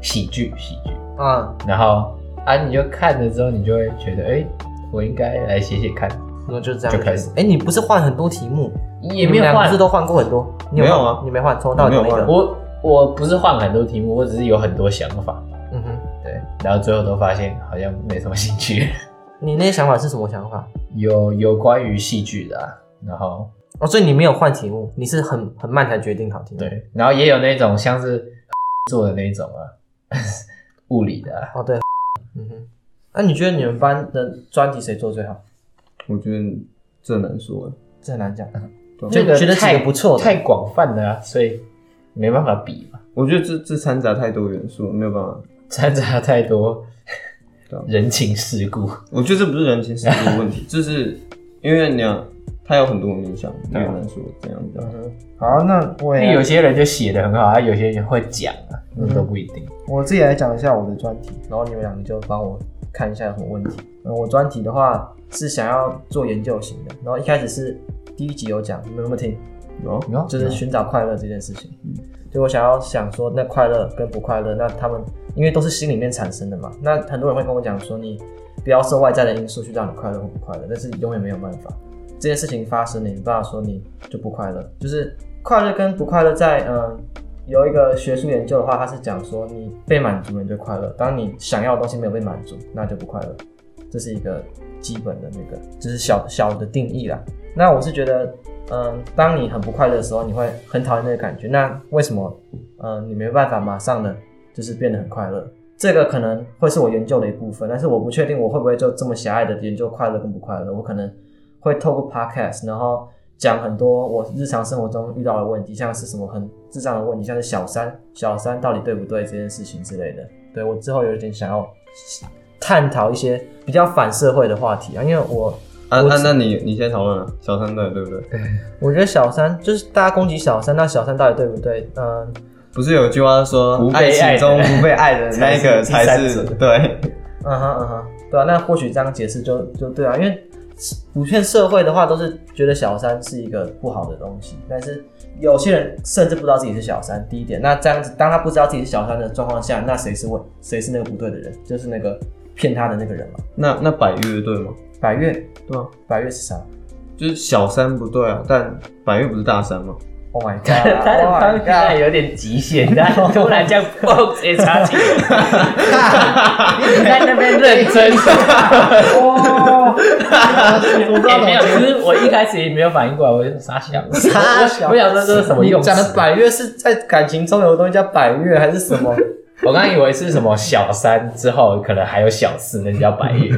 C: 喜剧，喜剧，
A: 啊，
C: 然后啊，你就看了之后，你就会觉得，哎、我应该来写写看，
A: 然后就这样
C: 就开始
A: 哎、你不是换很多题目？
C: 也
A: 你
C: 没
A: 们
C: 有
A: 俩
C: 换
A: 不是，都换过很多？你
D: 没有
A: 换
D: 啊
A: 你没换，从头到尾
D: 我没
A: 同
D: 有
A: 一个。
C: 我我不是换很多题目，我只是有很多想法，
A: 嗯哼，
C: 对，然后最后都发现好像没什么兴趣，
A: 你那些想法是什么想法？
C: 有有关于戏剧的、啊，然后
A: 哦，所以你没有换题目，你是很很慢才决定好题目。，
C: 对，然后也有那种像是 做的那种啊， 物理的、啊，
A: 哦对，嗯哼。那、你觉得你们班的专题谁做最好？
D: 我觉得这难说了。
A: 这很难讲。
D: 对
A: 就
C: 这个
A: 觉得几
C: 太
A: 个不错的，
C: 太广泛了、啊，所以没办法比嘛，
D: 我觉得这这掺杂太多元素了，没有办法。
C: 掺杂太多
D: 对啊
C: 人情世故。
D: 我觉得这不是人情世故的问题，就是 因为你要它有很多面向，没
C: 对啊
D: 有难说怎样啊怎样。
A: 嗯好，那我
C: 因为有
A: 也
C: 些人就写的很好，啊，有些人会讲啊，那都不一定。
A: 我自己来讲一下我的专题，然后你们两个就帮我看一下有什么问题。嗯，我专题的话是想要做研究型的，然后一开始是第一集有讲，你们有没有听？
D: 有啊
C: 你看，
A: 嗯就是寻找快乐这件事情。所以我想要想说，那快乐跟不快乐，那他们因为都是心里面产生的嘛。那很多人会跟我讲说，你不要受外在的因素去让你快乐或不快乐，但是永远没有办法。这件事情发生了，你没办法说你就不快乐。就是快乐跟不快乐在，嗯，有一个学术研究的话，它是讲说，你被满足了你就快乐，当你想要的东西没有被满足，那就不快乐。这是一个基本的那个，就是小小的定义啦。那我是觉得，嗯，当你很不快乐的时候，你会很讨厌那个感觉。那为什么，嗯，你没办法马上的就是变得很快乐？这个可能会是我研究的一部分，但是我不确定我会不会就这么狭隘的研究快乐跟不快乐。我可能会透过 podcast，然后讲很多我日常生活中遇到的问题，像是什么很智障的问题，像是小三小三到底对不对这件事情之类的。对我之后有一点想要探讨一些比较反社会的话题啊，因为我
D: 啊
A: 我
D: 那那你你先讨论了，小三对对不对？
A: 我觉得小三就是大家攻击小三，那小三到底对不对？嗯，
D: 不是有一句话说
C: 不，被
D: 爱
C: 爱
D: 情
C: 的
D: 中不被爱的那一个
C: 才是
D: 才
C: 第
D: 是
C: 三者
D: 对。
A: 嗯哼嗯哼，对啊，那或许这样解释就就对啊，因为普遍社会的话都是觉得小三是一个不好的东西，但是有些人甚至不知道自己是小三。第一点，那这样子，当他不知道自己是小三的状况下，那谁是问谁是那个不对的人？就是那个骗他的那个人嘛。
D: 那那百越对吗？
A: 百越，
D: 对啊，
A: 百越是啥
D: 就是小三不对啊，但百越不是大三吗？
A: ？Oh my
C: 他的
A: god！
C: 方
A: oh my
C: 向感
A: god！
C: 有点极 限，他突然这样蹦直接插进 来，你在那边认真。
A: 哦，我不知道怎
C: 欸
A: 么
C: 没有，
A: 接
C: 其实我一开始也没有反应过来，我就傻笑。
A: 傻小
C: 我想说这是什么
A: 你
C: 用词
A: 讲的百越是在感情中有个东西叫百越还是什么？
C: 我刚以为是什么小三之后，可能还有小四，那就叫白月。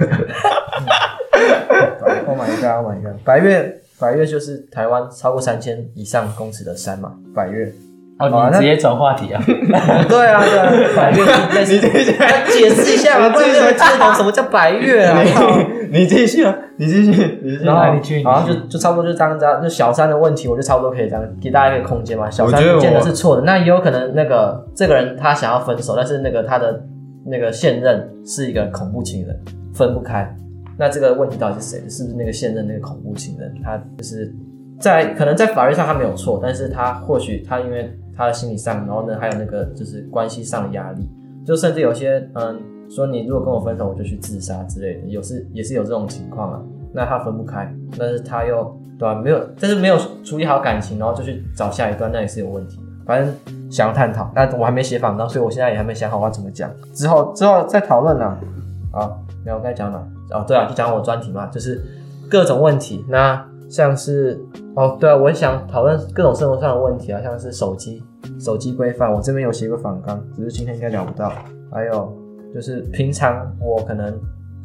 A: Oh my god! Oh my god! 白月，白月就是台湾超过三千以上公尺的山嘛，百月。
C: 哦，你直接转话 题啊？
A: 对啊，对啊，百月是 类似。
D: 你这
A: 要解释一下嘛，不然没有人听得懂什么叫百月 啊。
D: 你继续啊，你继续，你继续
A: 然。后
C: 那你去你去
A: 好像就就差不多就这样子啊，就小三的问题，我就差不多可以这样给大家一个空间嘛。小
D: 我觉
A: 三
D: 得
A: 不
D: 我
A: 见得是错的，那也有可能那个这个人他想要分手，但是那个他的那个现任是一个恐怖情人，分不开。那这个问题到底是谁？是不是那个现任那个恐怖情人？他就是在可能在法律上他没有错，但是他或许他因为他的心理上，然后呢还有那个就是关系上的压力，就甚至有些嗯说你如果跟我分手，我就去自杀之类的，有是也是有这种情况啊。那他分不开，但是他又对吧、没有，但是没有处理好感情，然后就去找下一段，那也是有问题的。反正想要探讨，但我还没写访纲，所以我现在也还没想好我要怎么讲，之后之后再讨论啦。好，啊没有该讲哪？哦，对啊，就讲我专题嘛，就是各种问题。那像是哦，对啊，我也想讨论各种生活上的问题啊，像是手机、手机规范，我这边有写过访纲，只是今天应该聊不到。还有就是平常我可能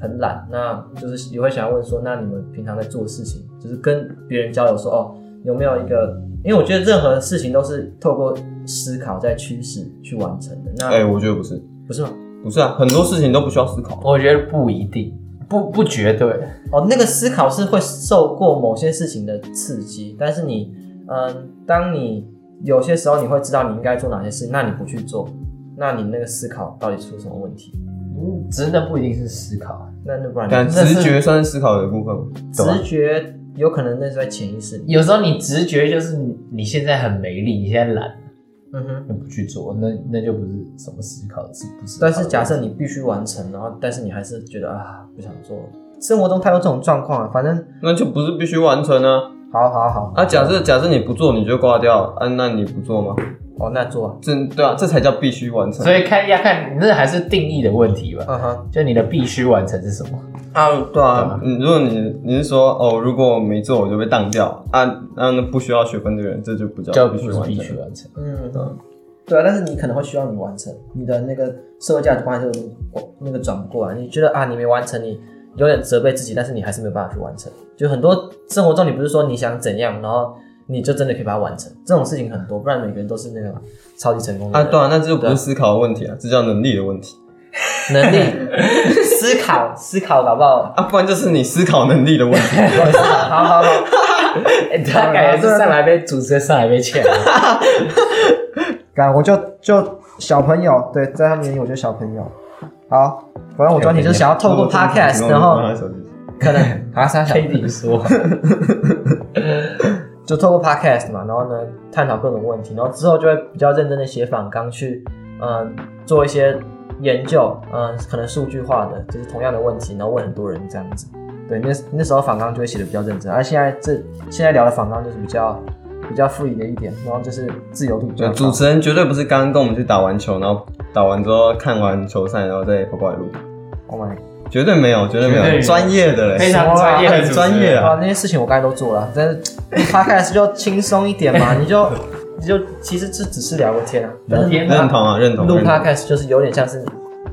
A: 很懒，那就是也会想要问说，那你们平常在做事情，就是跟别人交流说，哦，有没有一个？因为我觉得任何事情都是透过思考在驱使去完成的。那、
D: 哎、我觉得不是，
A: 不是吗？
D: 不是啊，很多事情都不需要思考。
C: 我觉得不一定，不不绝对。
A: 哦，那个思考是会受过某些事情的刺激，但是你，嗯，当你有些时候你会知道你应该做哪些事，那你不去做，那你那个思考到底出什么问题？
C: 嗯，真的不一定是思考，
A: 那那不然
D: 但
A: 你
D: 直觉算是思啊考的一部分吗？
C: 懂吗
A: 直觉有可能那是在潜意识里。
C: 有时候你直觉就是你你现在很没力，你现在懒，
A: 嗯哼。
C: 你不去做，那那就不是什么思考，是不是？
A: 但是假设你必须完成，然后但是你还是觉得啊不想做，生活中太多这种状况啊了。反正
D: 那就不是必须完成啊。
A: 好好好，
D: 啊，假设假设你不做你就挂掉，啊，那你不做吗？
A: 哦那做啊，
D: 这对啊，这才叫必须完成。
C: 所以看要看，那还是定义的问题吧。
A: 嗯哼，
C: 就你的必须完成是什么？
D: 啊，对啊
C: 啊，
D: 你如果你你是说哦，如果我没做我就被当掉啊，那那不需要学分的人这就不叫
C: 就
D: 必
C: 不
D: 须
C: 是
D: 完
C: 必须
D: 成。
C: 完 成。
A: 嗯嗯，对啊，但是你可能会需要你完成，你的那个社会价值观就那个转不过来，你觉得啊你没完成，你有点责备自己，但是你还是没有办法去完成。就很多生活中，你不是说你想怎样，然后你就真的可以把它完成，这种事情很多，不然每个人都是那个超级成功的
D: 啊，
A: 人
D: 对啊，那这就不是思考的问题啊，这叫能力的问题
A: 能 力思考思考搞不好。
D: 啊，不然就是你思考能力的 问题。
A: 好好好，
C: 哎他感觉是上来被主持人上来被欠了。
A: 干我就就小朋友，对，在他们眼里我就是小朋友。好，反正我专题就是想要透 过 podcast，然后可 能啊三小
C: k a 说，
A: 就透过 podcast 嘛，然后呢探讨各种问题，然后之后就会比较认真的写访纲去，嗯，做一些研究，嗯，可能数据化的，就是同样的问题，然后问很多人这样子。对，那那时候访纲就会写的比较认真，而、现在这现在聊的访纲就是比较比较 free 的一点，然后就是自由度比较
D: 对，
A: 高。
D: 主持人绝对不是刚刚跟我们去打完球，然后打完之后看完球赛，然后再跑过来录，
A: ，Oh my，
D: 绝对没有，绝对没
C: 绝对没
D: 有，
C: 有
D: 专业 的
C: 非
D: 嘞。
C: 常专业的主持人
D: 很专业
A: 对
D: 啊
A: 啊，那些事情我刚才都做了，但是 podcast 就轻松一点嘛，你就你就其实这只是聊个天啊，但是
C: 聊天
D: 认同啊，认同。
A: 录
D: 认同
A: podcast 就是有点像是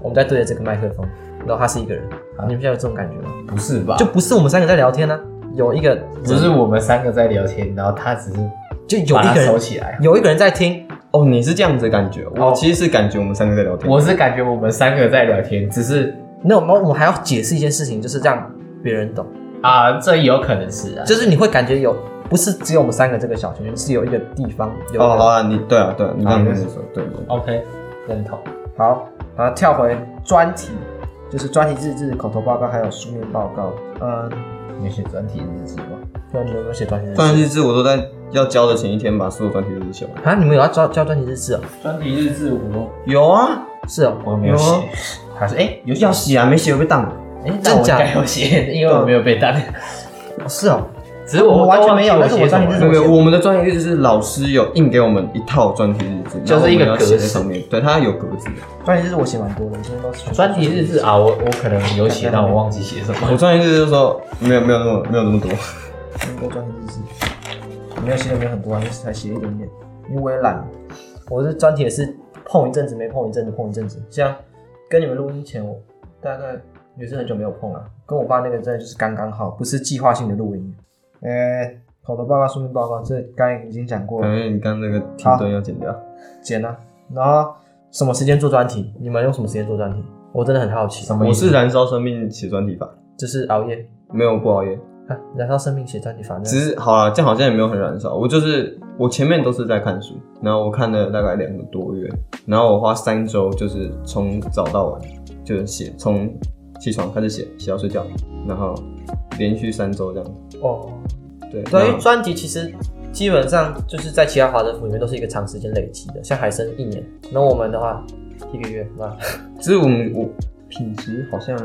A: 我们在对着这个麦克风，然后他是一个人，你们现在有这种感觉吗？
C: 不是吧
A: 就不是我们三个在聊天呢、啊有一个
C: 啊只是我们三个在聊天，然后他只是
A: 就有
C: 把
A: 一
C: 它
A: 个
C: 收
A: 人
C: 起来。
A: 有一个人在听，
D: 哦，你是这样子的感觉，我其实是感觉我们三个在聊天。
C: 哦我是感觉我们三个在聊天，只是
A: 那我们我们还要解释一件事情，就是让别人懂，
C: 啊，这有可能是啊，
A: 就是你会感觉有不是只有我们三个这个小群，是有一个地方有一个
D: 哦，好啊，你对啊，对啊，你这样
C: 好
D: 跟
C: 没
D: 你
C: 事
D: 说，对对。对
C: OK 认同。
A: 好，然后跳回专题，就是专题日志、口头报告还有书面报告。嗯，
C: 你写专题日志吗？
A: 那你有没有写专题日
D: 专
A: 志？
D: 题日志我都在要交的前一天把所有专题日志写完。
A: 啊，你们有要交交专题日志哦？
C: 专题日志我
D: 有啊，
A: 是哦，
C: 我没有
D: 有啊
C: 写，他说哎有写
D: 要写啊，没写会被当。
A: 哎，
C: 那
A: 真
C: 我应
A: 假？
C: 该有写，因为我没有被当，
A: 哦是哦，
C: 只是我
A: 我完全没有
C: 我写什
A: 但
C: 么
A: 是我专题日
D: 没
A: 志
D: 有没有，我们的专题日志是老师有印给我们一套专题日志，
C: 就是一个
D: 然后我们要写
C: 格
D: 在
C: 子
D: 上面，对，它有格子。
A: 专题日志我写蛮多的，今天都是
C: 专题日志啊，我我可能有写，但我忘记写什
D: 我
C: 么。
D: 专题日志的时候没有没有那么没有那么多，
C: 哦
A: 很多专题日志，没有写的没有很多啊，就是才写一点点，因为我也懒。我是专题也是碰一阵子没碰一阵子碰一阵子，像跟你们录音前，我大概也是很久没有碰了、跟我爸那个真的就是刚刚好，不是计划性的录音。呃、口头报告、书面报告，这刚才已经讲过了，
D: 感觉哎你刚刚那个停顿要剪掉。
A: 剪啊。然后什么时间做专题？你们用什么时间做专题？我真的很好奇。
C: 什么
D: 我
C: 意思
D: 是燃烧生命写专题法，
A: 就是熬夜。
D: 没有不熬夜，
A: 啊，燃烧生命写专题，反
D: 只
A: 正
D: 是好了，这样好像也没有很燃烧。我就是我前面都是在看书，然后我看了大概两个多月，然后我花三周就是从早到晚就是写，从起床开始写，写到睡觉，然后连续三周这样。
A: 哦，对，
D: 对，
A: 因
D: 然
A: 为
D: 后
A: 专辑其实基本上就是在其他华德福里面都是一个长时间累积的，像海参一年，那我们的话一个月吧。
D: 只是我们我品质好像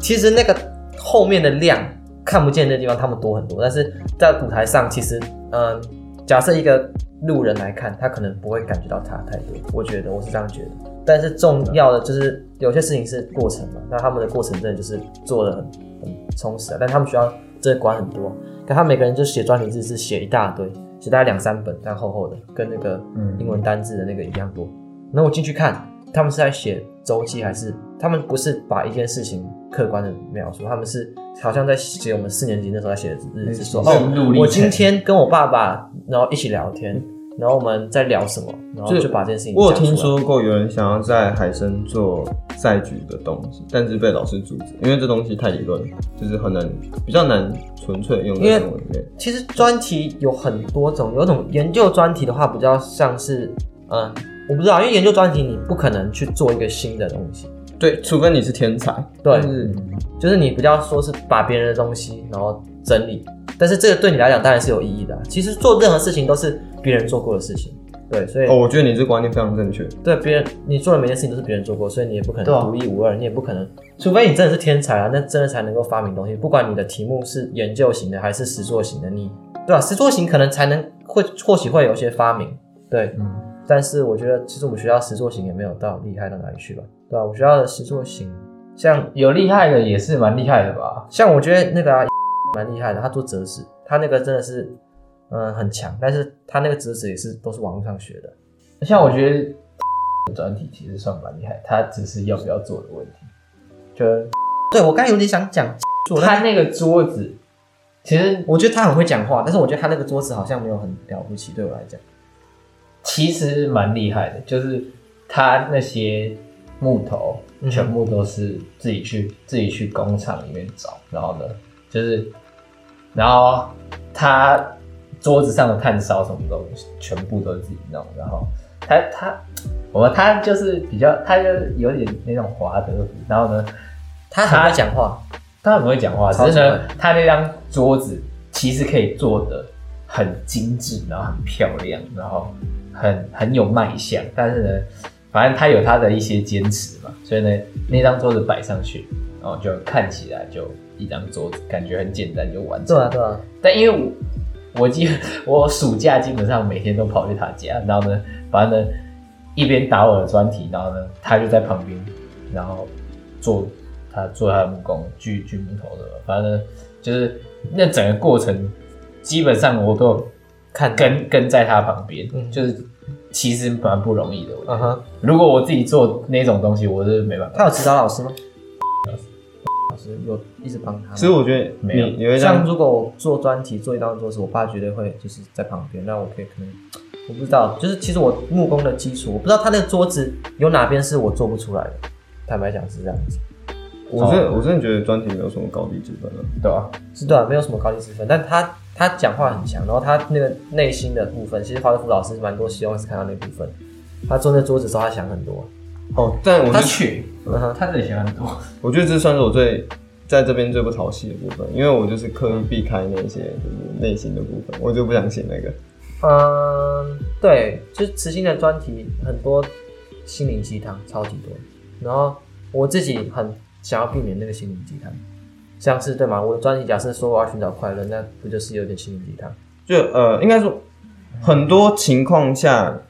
A: 其实那个后面的量看不见的地方，他们多很多，但是在舞台上，其实嗯，假设一个路人来看，他可能不会感觉到差太多，我觉得我是这样觉得。但是重要的就是呃有些事情是过程嘛，那他们的过程真的就是做的很很充实啊，但他们需要真的管很多，但他每个人就写专题日志写一大堆，写大概两三本，但厚厚的，跟那个
C: 嗯
A: 英文单字的那个一样多。然后我进去看，他们是在写周记，还是他们不是把一件事情客观的描述，他们是好像在写我们四年级那时候在写的日志，说
C: 心路
A: 哦
C: 历，程
A: 我今天跟我爸爸，然后一起聊天，然后我们在聊什么，然后
D: 就
A: 就把这件事情。
D: 我有听，说过有人想要在海参做赛局的东西，但是被老师阻止，因为这东西太理论，就是很难比较难纯粹地用
A: 因为
D: 在生活里面。
A: 其实专题有很多种，有种研究专题的话，比较像是嗯。我不知道，因为研究专题你不可能去做一个新的东西，
D: 对，除非你是天才，
A: 对
D: 但是
A: 就是你比较说是把别人的东西然后整理，但是这个对你来讲当然是有意义的啊、其实做任何事情都是别人做过的事情，对，所以、
D: 哦，我觉得你这观念非常正确。
C: 嗯
A: 对别人你做的每件事情都是别人做过，所以你也不可
C: 对啊
A: 能独一无二，你也不可能，除非你真的是天才啊，那真的才能够发明东西。不管你的题目是研究型的还是实作型的，你对吧、实作型可能才能会或许会有一些发明，对，
C: 嗯，
A: 但是我觉得其实我们学校实作型也没有到厉害到哪里去吧，对吧、我们学校的实作型像
C: 有厉害的也是蛮厉害的吧？
A: 像我觉得那个啊， 蛮厉害的，他做折纸，他那个真的是，嗯，很强，但是他那个折纸也是都是网络上学的，
C: 像我觉得专题其实算蛮厉害，他只是要不要做的问题。就
A: 对我刚才有点想讲， 做
C: 他
A: 他，
C: 那个桌子，其实
A: 我觉得他很会讲话，但是我觉得他那个桌子好像没有很了不起，对我来讲，
C: 其实蛮厉害的，就是他那些木头
A: 嗯
C: 全部都是自己去、自己去工厂里面找，然后呢，就是然后他桌子上的炭烧什么都全部都是自己弄，然后他他我们他就是比较，他就有点那种华德福，然后呢，
A: 他很会讲话，
C: 他很会讲话，
A: 超
C: 只
A: 级
C: 是呢
A: 会，
C: 他那张桌子其实可以做的很精致，然后很漂亮，然后很很有卖相。但是呢，反正他有他的一些坚持嘛，所以呢，那张桌子摆上去，然后就看起来就一张桌子，感觉很简单就完成。
A: 对啊对啊，
C: 但因为我我基我暑假基本上每天都跑去他家，然后呢，反正呢一边打我的专题，然后呢他就在旁边，然后做他做他的木工锯锯木头的，反正呢就是那整个过程基本上我都有
A: 看到，
C: 跟 跟在他旁边，
A: 嗯
C: 就是其实蛮不容易的。我觉得
A: 嗯哼，
C: 如果我自己做那种东西，我是没办法。
A: 他有指导老师吗？ 老师有一直帮他吗。
D: 其实我觉得
C: 没有
D: 你你会这
A: 像
D: 样，
A: 如果我做专题做一道做时，我爸绝对会就是在旁边，那我可以可能我不知道，就是其实我木工的基础，我不知道他那个桌子有哪边是我做不出来的，坦白讲是这样子，
D: 我真
C: 哦
D: 的我真的觉得专题没有什么高低之分啊。
C: 对啊，
A: 是对、啊，没有什么高低之分，但他他讲话很强，然后他那个内心的部分，其实华德福老师蛮多希望是看到那部分，他坐那桌子的时候他想很多，
D: 哦，但我
C: 他
D: 觉得
C: 去
A: 嗯哼，
C: 他这里想很多。
D: 我觉得这算是我最在这边最不讨喜的部分，因为我就是刻意避开那些就是内心的部分，我就不想写那个。
A: 嗯，对，就是慈心的专题很多心灵鸡汤超级多，然后我自己很想要避免那个心灵鸡汤，像是对吗？我的专题假设说我要寻找快乐，那不就是有点心灵鸡汤？
D: 就呃，应该说很多情况下，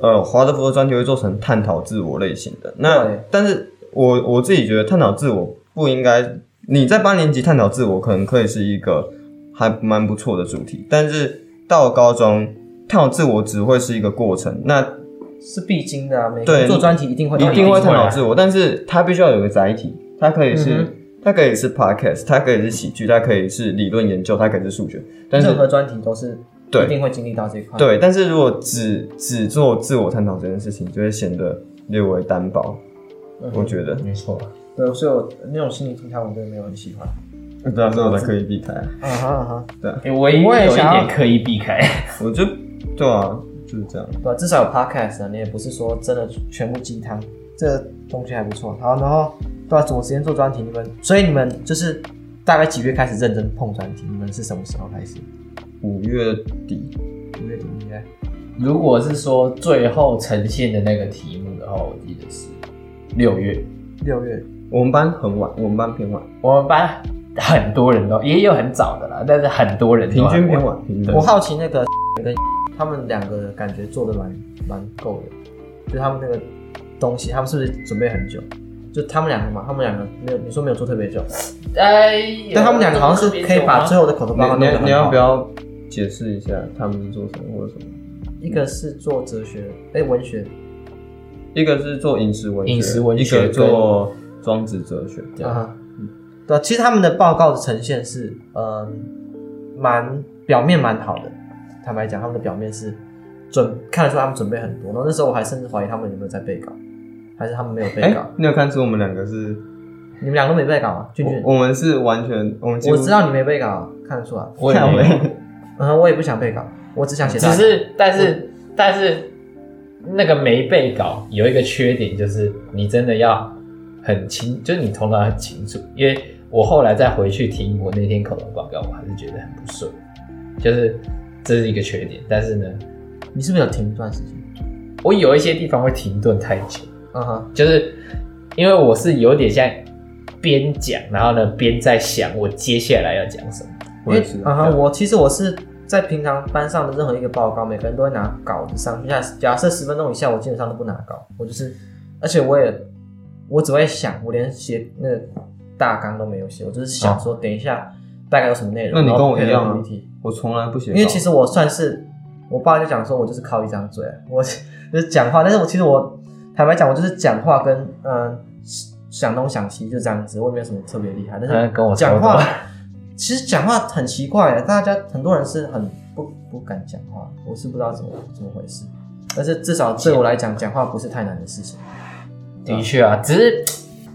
D: 呃，华德福的专题会做成探讨自我类型的。那
A: 对
D: 但是我我自己觉得探讨自我不应该，你在八年级探讨自我可能可以是一个还蛮不错的主题，但是到高中探讨自我只会是一个过程，那
A: 是必经的啊，每
D: 对
A: 个做专题一定会
D: 一定会探
A: 到
D: 讨自我，但是它必须要有个载体，它可以是、
A: 啊嗯哼
D: 它可以是 podcast，它可以是喜剧，它可以是理论研究，它可以是数学，但是
A: 任何专题都是
D: 对
A: 一定会经历到这一块。，
D: 对，但是如果只只做自我探讨这件事情，就会显得略微单薄。我觉得，
C: 没错，啊
A: 对，所以我那种心灵鸡汤我真的没有很喜欢。
D: 对啊，所以我才刻意避开。
B: 啊哈啊哈，
C: 欸我也
A: 我也
C: 有一
A: 想要
C: 点刻意避开，
D: 我就对啊，就是这样。
A: 对吧、至少有 podcast 啊，你也不是说真的全部鸡汤，这个东西还不错。好，然后对吧、总时间做专题，你们所以你们就是大概几月开始认真碰专题？你们是什么时候开始？
D: 五月底，
A: 五月底应该。
C: 如果是说最后呈现的那个题目的话，我记得是六月。
A: 六月，
D: 我们班很晚，我们班偏晚，
C: 我们班很多人都也有很早的啦，但是很多人都
D: 平均
C: 很
D: 偏晚，平均
A: 我好奇那个 跟他们两个感觉做的蛮蛮够的，就他们那个东西，他们是不是准备很久？就他们两个嘛，他们两个没有，你说没有做特别久，
C: 哎，
A: 但他们两个好像是可以把最
C: 后
A: 后的口头报告弄
D: 你
A: 得
D: 你
A: 很好
D: 你要不要解释一下他们是做什么或者什么？
A: 一个是做哲学，哎、文学，
D: 一个是做饮食文学，
C: 饮食文学
D: 一个做庄子哲学，这
A: 啊
D: 样。
A: 哈，对啊，其实他们的报告的呈现是，嗯，蛮表面蛮好的。坦白讲，他们的表面是准看得出他们准备很多。然后那时候我还甚至怀疑他们有没有在备稿，还是他们没有备
D: 哎、
A: 稿。
D: 你有看出我们两个是，
A: 你们两个都没备稿吗？俊俊，
D: 我我们是完全，我们几乎
A: 我知，道你没备稿，看得出来。
C: 我也
D: 看
C: 没
D: 我
C: 有，
A: 嗯，我也不想备稿，我只想写
C: 只
A: 大纲。
C: 是但是但是那个没被稿有一个缺点，就是你真的要很清，就是你头脑很清楚。因为我后来再回去听我那天口头报告，我还是觉得很不顺，就是这是一个缺点。但是呢，
A: 你是不是有停一段时间？
C: 我有一些地方会停顿太久。
A: 嗯哼，
C: 就是因为我是有点像边讲，然后呢边在想我接下来要讲什么。
A: 因
D: 我
A: 为
D: 也是，
A: 嗯哼，我其实我是在平常班上的任何一个报告，每个人都会拿稿子上去。假假设十分钟以下，我基本上都不拿稿，我就是，而且我也我只会想，我连写那个大纲都没有写，我就是想说等一下大概有什么内容。
D: 哦那你跟我一样啊
A: 然后配合 PPT
D: 我从来不写
A: 因
D: 稿，
A: 为其实我算是我爸就讲说，我就是靠一张嘴，我 就是讲话，但是我其实我坦白讲，我就是讲话跟嗯、呃想东想西就这样子，我也没有什么特别厉害，但
C: 嗯
A: 是
C: 跟我差
A: 讲
C: 不多
A: 话， 其实讲话很奇怪，啊大家很多人是很不不敢讲话，我是不知道怎么怎么回事，但是至少对我来讲，讲话不是太难的事情。
C: 的确啊，只是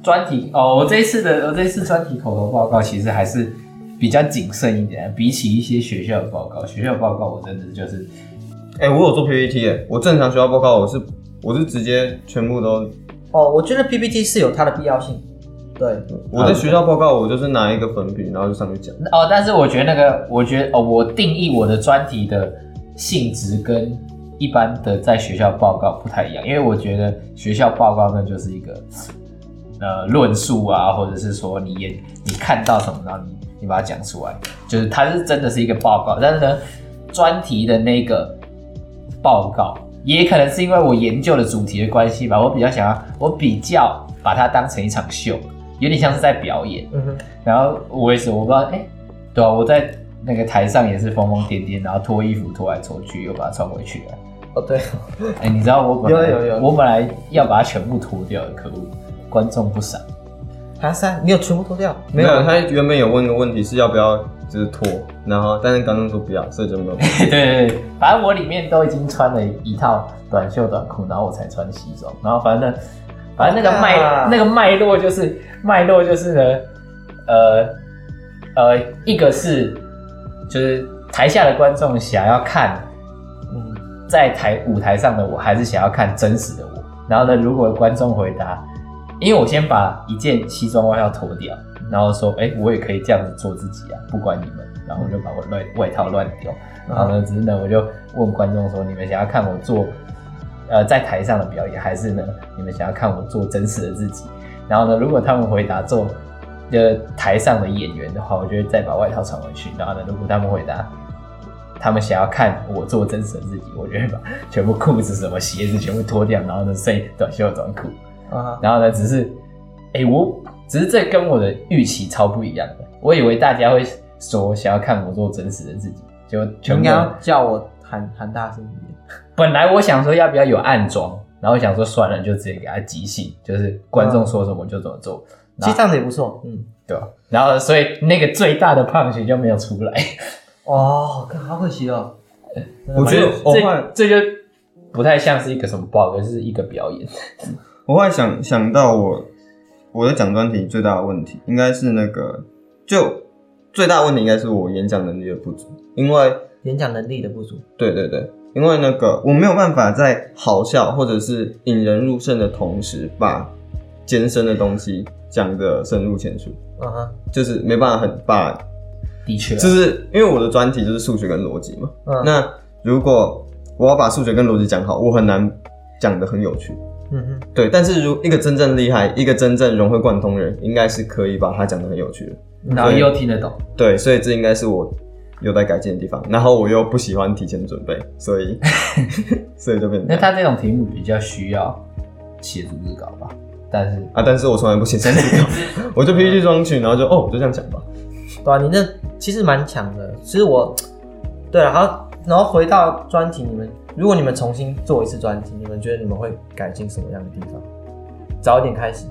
C: 专题哦，我这一次的我这一次专题口头报告其实还是比较谨慎一点，比起一些学校的报告，学校的报告我真的就是
D: 哎、我有做 PPT，、欸、我正常学校报告我是我是直接全部都，
A: 哦，我觉得 PPT 是有它的必要性，对，
D: 我在学校报告我就是拿一个粉笔，然后就上去讲，
C: 哦，但是我觉得那个，我觉得哦，我定义我的专题的性质跟一般的在学校报告不太一样，因为我觉得学校报告那就是一个呃论述啊，或者是说你也你看到什么，然后你你把它讲出来，就是它是真的是一个报告，但是呢，专题的那个报告，也可能是因为我研究的主题的关系吧，我比较想要，我比较把它当成一场秀，有点像是在表演。
A: 嗯哼，
C: 然后我也是，我不知道，哎、对啊，我在那个台上也是疯疯癫癫，然后脱衣服脱来脱去，又把它穿回去了。
A: 哦对，
C: 哎、你知道我本来
A: 有有有
C: 我本来要把它全部脱掉的，可恶，观众不赏。
A: 韩三，你有全部脱掉？
D: 没有，他原本有问个问题是要不要就是脱，然后但是刚刚说不要，所以就没有。
C: 对对对，反正我里面都已经穿了一套短袖短裤，然后我才穿西装，然后反正反正那个脉、
A: 啊
C: 那个脉络就是脉络就是呢，呃呃，一个是就是台下的观众想要看，嗯，在台舞台上的我还是想要看真实的我，然后呢，如果观众回答，因为我先把一件西装外套脱掉，然后说，哎、我也可以这样子做自己啊，不管你们，然后我就把我外外套乱丢。然后呢，只是呢，我就问观众说，你们想要看我做，呃，在台上的表演，还是呢，你们想要看我做真实的自己？然后呢，如果他们回答做，呃，台上的演员的话，我就会再把外套穿回去。然后呢，如果他们回答，他们想要看我做真实的自己，我就会把全部裤子、什么鞋子全部脱掉，然后呢，剩短袖短裤。
A: 啊哈，
C: 然后呢，只是，哎、我只是这跟我的预期超不一样的。我以为大家会说想要看我做真实的自己，就
A: 你
C: 全
A: 应
C: 部
A: 该
C: 人
A: 要叫我喊喊大声一点。
C: 本来我想说要不要有暗装，然后想说算了，就直接给他即兴，就是观
A: 嗯
C: 众说什么就怎么做，
A: 其实这样子也不错，嗯。
C: 对吧？然后所以那个最大的胖群就没有出来，
A: 哦，看好可惜哦。
D: 我觉得我后来
C: 这这就不太像是一个什么报告，就是一个表演。
D: 我后来想想到我我在讲专题最大的问题应该是那个，就最大的问题应该是我演讲能力的不足，因为
A: 演讲能力的不足。
D: 对对对，因为那个我没有办法在好笑或者是引人入胜的同时，把艰深的东西讲得深入浅出，
A: 嗯哼，
D: 就是没办法很把
C: 的确啊，
D: 就是因为我的专题就是数学跟逻辑嘛。
A: 嗯
D: 那如果我要把数学跟逻辑讲好，我很难讲得很有趣。
A: 嗯哼，
D: 对，但是如一个真正厉害、一个真正融会贯通的人，应该是可以把它讲得很有趣的。
C: 然后又听得懂，
D: 对，所以这应该是我有待改进的地方。然后我又不喜欢提前准备，所以 所以就变
C: 那
D: 成
C: 他这种题目比较需要写逐字稿吧，但是
D: 啊！但是我从来不写真的，我就必须去装群，然后就哦，我就这样讲吧。
A: 对啊，你那其实蛮强的。其实我，对了，然后然后回到专题，你们如果你们重新做一次专题，你们觉得你们会改进什么样的地方？早一点开始，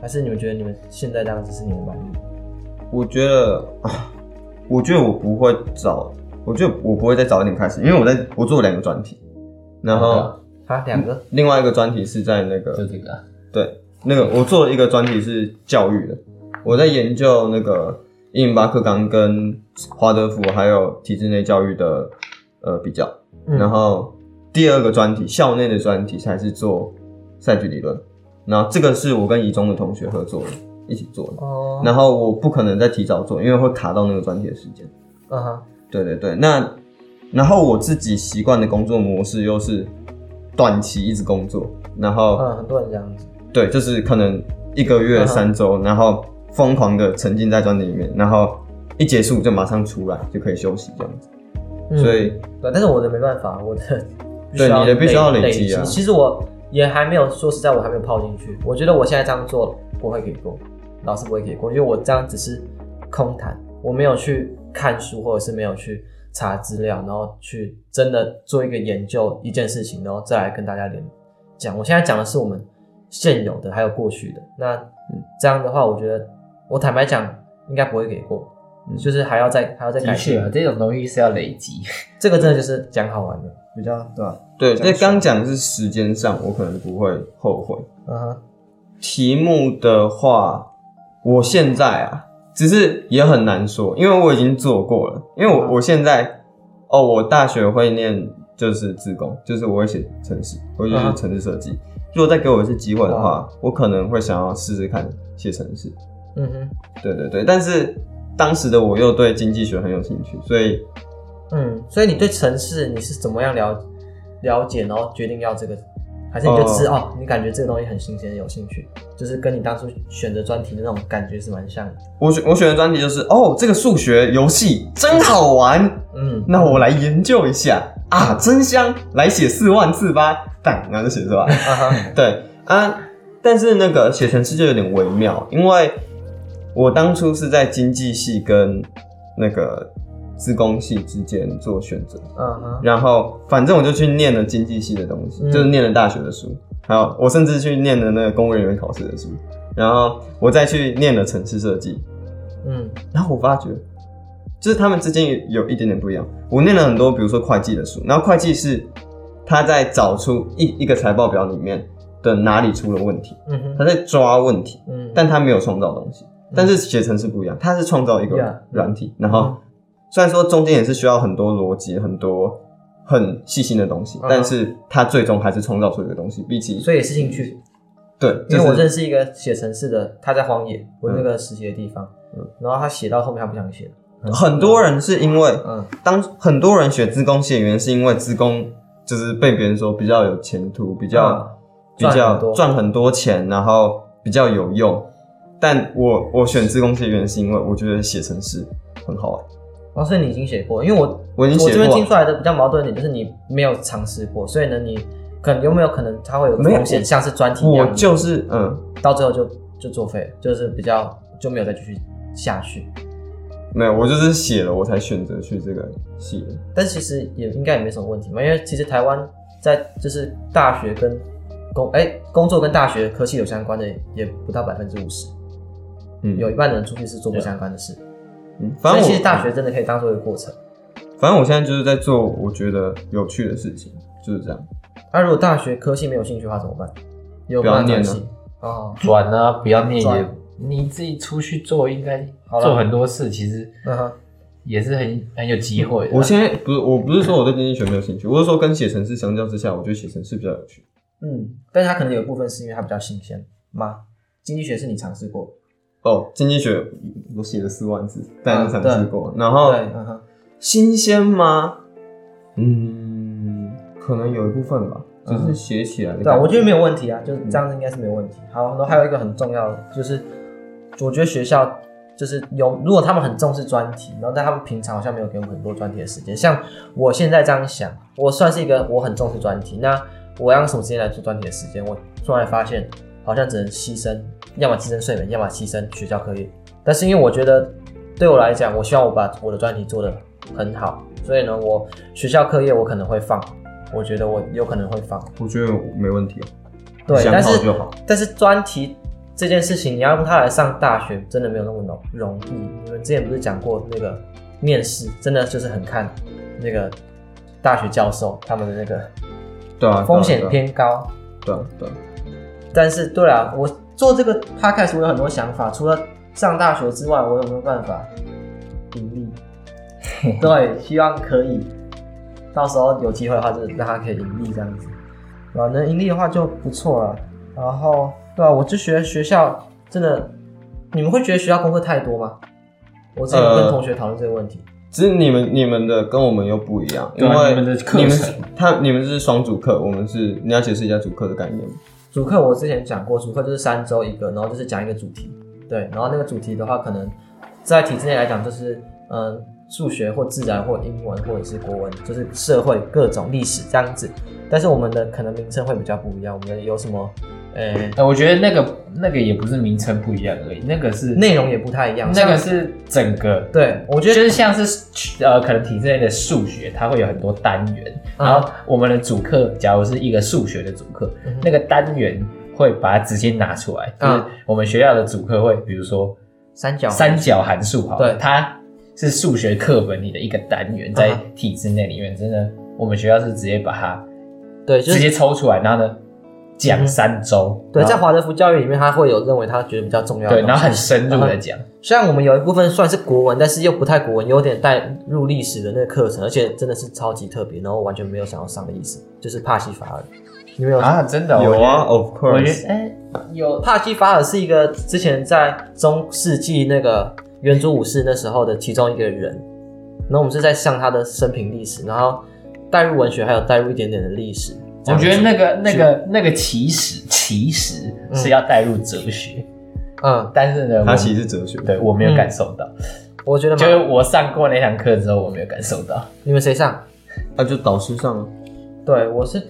A: 还是你们觉得你们现在这样子是你们满意的？
D: 我觉得啊，我觉得我不会早，我觉得我不会再早一点开始，因为我在我做了两个专题，然后
A: 啊，两个，
D: 另外一个专题是在那
C: 就
D: 个
C: 这个啊
D: 对那个我做了一个专题是教育的，我在研究那个伊姆巴克纲跟华德福还有体制内教育的呃比较，
A: 嗯
D: 然后第二个专题校内的专题才是做赛局理论，然后这个是我跟怡中的同学合作的一起做的。
A: 哦，
D: 然后我不可能再提早做，因为会卡到那个专题的时间。
A: 嗯哼，
D: 对对对，那然后我自己习惯的工作模式又是短期一直工作，然后、
A: 嗯，很多人这样子，
D: 对，就是可能一个月
A: 嗯
D: 三周，然后疯狂的沉浸在专题里面，然后一结束就马上出来就可以休息这样子。
A: 嗯
D: 所以
A: 对，但是我的没办法，我的
D: 对你的必须要累积
A: 积
D: 啊
A: 其实我也还没有说实在，我还没有泡进去。我觉得我现在这样做不会给过，老师不会给过，因为我这样只是空谈，我没有去看书，或者是没有去查资料，然后去真的做一个研究一件事情，然后再来跟大家连讲。我现在讲的是我们现有的，还有过去的。那
D: 嗯
A: 这样的话，我觉得我坦白讲应该不会给过，
D: 嗯
A: 就是还要再还要再改
C: 的确
A: 进
C: 啊。，这种东西是要累积，
A: 这个真的就是讲好玩的，
B: 比较对吧？
D: 对，
B: 这样
D: 这刚讲是时间上，我可能不会后悔。
A: 嗯哼。
D: 题目的话，我现在啊，只是也很难说，因为我已经做过了。因
B: 嗯
D: 为我我现在，哦，我大学会念就是自工，就是我会写城市，我
B: 嗯
D: 就是城市设计。如果再给我一次机会的话，我可能会想要试试看写城市。
A: 嗯哼，
D: 对对对，但是当时的我又对经济学很有兴趣，所以
A: 嗯，所以你对城市你是怎么样了了解，然后决定要这个，还是你就知哦你感觉这个东西很新鲜，有兴趣，就是跟你当初选择专题的那种感觉是蛮像的。
D: 我选我选的专题就是哦，这个数学游戏真好玩，
A: 嗯，
D: 那我来研究一下啊，真香！来写四万字吧，当然后就写出来。
A: 啊哈，
D: 对啊，但是那个写程式就有点微妙，因为我当初是在经济系跟那个资工系之间做选择，
A: 嗯哼，
D: 然后反正我就去念了经济系的东西，
A: 嗯
D: 就是念了大学的书，还有我甚至去念了那个公务人员考试的书，然后我再去念了城市设计，
A: 嗯
D: 然后我发觉，就是他们之间有有一点点不一样。我念了很多，比如说会计的书，然后会计是他在找出一一个财报表里面的哪里出了问题，
A: 嗯哼，
D: 他在抓问题，
A: 嗯，
D: 但他没有创造东西。但是写程式不一样，他是创造一个
A: Yeah 嗯
D: 软体，然后虽然说中间也是需要很多逻辑、很多很细心的东西
A: 嗯，
D: 但是他最终还是创造出一个东西。比起
A: 所以也是兴趣，
D: 对，
A: 因为我
D: 就是
A: 认识一个写城市的，他在荒野，我那个实习的地方，
D: 嗯
A: 然后他写到后面他不想写了，
D: 很多人是因为
A: 嗯
D: 当很多人学资工系的原因，是因为资工就是被别人说比较有前途，比较、
A: 嗯
D: 比
A: 赚很
D: 较
A: 多
D: 赚很多钱，然后比较有用。但我我选资工系的原因是因为我觉得写程式很好玩，
A: 哦，所以你已经写过，因为我
D: 我已经
A: 我这
D: 写
A: 边
D: 过
A: 听
D: 啊。
A: 出来的比较矛盾点就是你没有尝试过，所以呢，你可能有没有可能它会有个
D: 没有
A: 风险，像是专题一
D: 我
A: 样，
D: 就是嗯，
A: 到最后就就作废了，就是比较就没有再继续下去。
D: 没有，我就是写了我才选择去这个系的。
A: 但其实也应该也没什么问题嘛，因为其实台湾在就是大学跟工哎、工作跟大学科系有相关的也不到百分之五十，
D: 嗯，
A: 有一半的人出去是做不相关的事，
D: 嗯，啊反
A: 所以
D: 正
A: 其实
D: 我
A: 大学真的可以当做一个过程。
D: 反正我现在就是在做我觉得有趣的事情，就是这样。
A: 那、如果大学科系没有兴趣的话怎么办？有
D: 不要
A: 办法
D: 念
A: 转
D: 了
A: 系哦，
C: 转啊，不要念
A: 转
C: 也你自己出去做，应该
A: 好啦
C: 做很多事，其实
A: 嗯哼，
C: 也是很很有机会的。
D: 我现在不是，我不是说我对经济学没有兴趣，我是说跟写程式相较之下，我觉得写程式比较有趣。
A: 嗯，但是它可能有部分是因为它比较新鲜吗？经济学是你尝试过，
D: 哦，经济学我写了四万字，但是
A: 嗯
D: 尝试
C: 啊
D: 过。然后
A: 对，嗯哼，
D: 新鲜吗？嗯，可能有一部分吧，
C: 嗯
D: 只是写起来的
A: 对啊，
D: 感
A: 我觉得没
D: 有。
A: 有问题啊，就是这样子应该是没有问题。好，然后还有一个很重要的就是，我觉得学校就是有，如果他们很重视专题，然后但他们平常好像没有给我们很多专题的时间。像我现在这样想，我算是一个我很重视专题，那我要用什么时间来做专题的时间？我突然发现好像只能牺牲，要么牺牲睡眠，要么牺牲学校课业。但是因为我觉得对我来讲，我希望我把我的专题做得很好，所以呢，我学校课业我可能会放，我觉得我有可能会放。
D: 我觉得我没问题哦，
A: 对，
D: 想
A: 但
D: 好
A: 是
D: 就好。
A: 但是专题这件事情，你要用它来上大学，真的没有那么容容易。你们之前不是讲过那个面试，真的就是很看那个大学教授他们的那个
D: 对啊，对啊
A: 风险。
D: 对啊
A: 偏高。
D: 对啊，对啊，
A: 但是对啊，我做这个 podcast 我有很多想法，除了上大学之外，我有没有办法盈利？对，希望可以。到时候有机会的话，就是让它可以盈利这样子。啊，能盈利的话就不错了。然后，对啊，我就觉得学校真的，你们会觉得学校功课太多吗？我之前有跟
D: 呃
A: 同学讨论这个问题。
D: 只是你们你们的跟我们又不一样，因
C: 对
D: 为
C: 啊你们的课程
D: 你们是他你们是双主课，我们是你要解释一下主课的概念吗。
A: 主课我之前讲过，主课就是三周一个，然后就是讲一个主题，对，然后那个主题的话，可能在体制内来讲就是，嗯，数学或自然或英文或者是国文，就是社会各种历史这样子。但是我们的可能名称会比较不一样，我们有什么，呃，
C: 呃，我觉得那个那个也不是名称不一样而已，那个是
A: 内容也不太一样。
C: 那
A: 像
C: 个是整个，
A: 对，我觉
C: 就
A: 得
C: 是像是呃，可能体制内的数学，它会有很多单元，
A: 嗯
C: 然后我们的主课，假如是一个数学的主课，
A: 嗯哼
C: 那个单元会把它直接拿出来，就是
A: 嗯
C: 我们学校的主课会，比如说
A: 三角
C: 三角函数好了，
A: 对嗯
C: 它是数学课本里的一个单元，在体制内里面，真的，我们学校是直接把它
A: 对，就
C: 直
A: 是
C: 接抽出来，然后呢
A: 嗯
C: 讲
A: 哼
C: 三周，
A: 对，
C: 然
A: 在
C: 后
A: 华德福教育里面，他会有认为他觉得比较重要的
C: 对，
A: 东西，
C: 然后很深入的讲，
A: 虽然我们有一部分算是国文，但是又不太国文，有点带入历史的那个课程，而且真的是超级特别，然后完全没有想要上的意思，就是帕西法尔。你们有？
C: 啊，真
A: 哦
C: 的
D: 有啊，，of
C: 我觉得我觉
D: course，
C: 得哎有
A: 帕西法尔是一个之前在中世纪那个原主武士那时候的其中一个人，然后我们是在上他的生平历史，然后带入文学，还有带入一点点的历史。
C: 我觉得那个那个那个其实其实是要带入哲学，
A: 嗯，
C: 但是呢，
D: 它
C: 我
D: 其实是哲学。
C: 对我没有
A: 嗯
C: 感受到，
A: 我觉得
C: 就是
A: 蛮
C: 我上过那堂课之后，我没有感受到。
A: 你们谁上？
D: 啊，就导师上啊，
A: 对，我是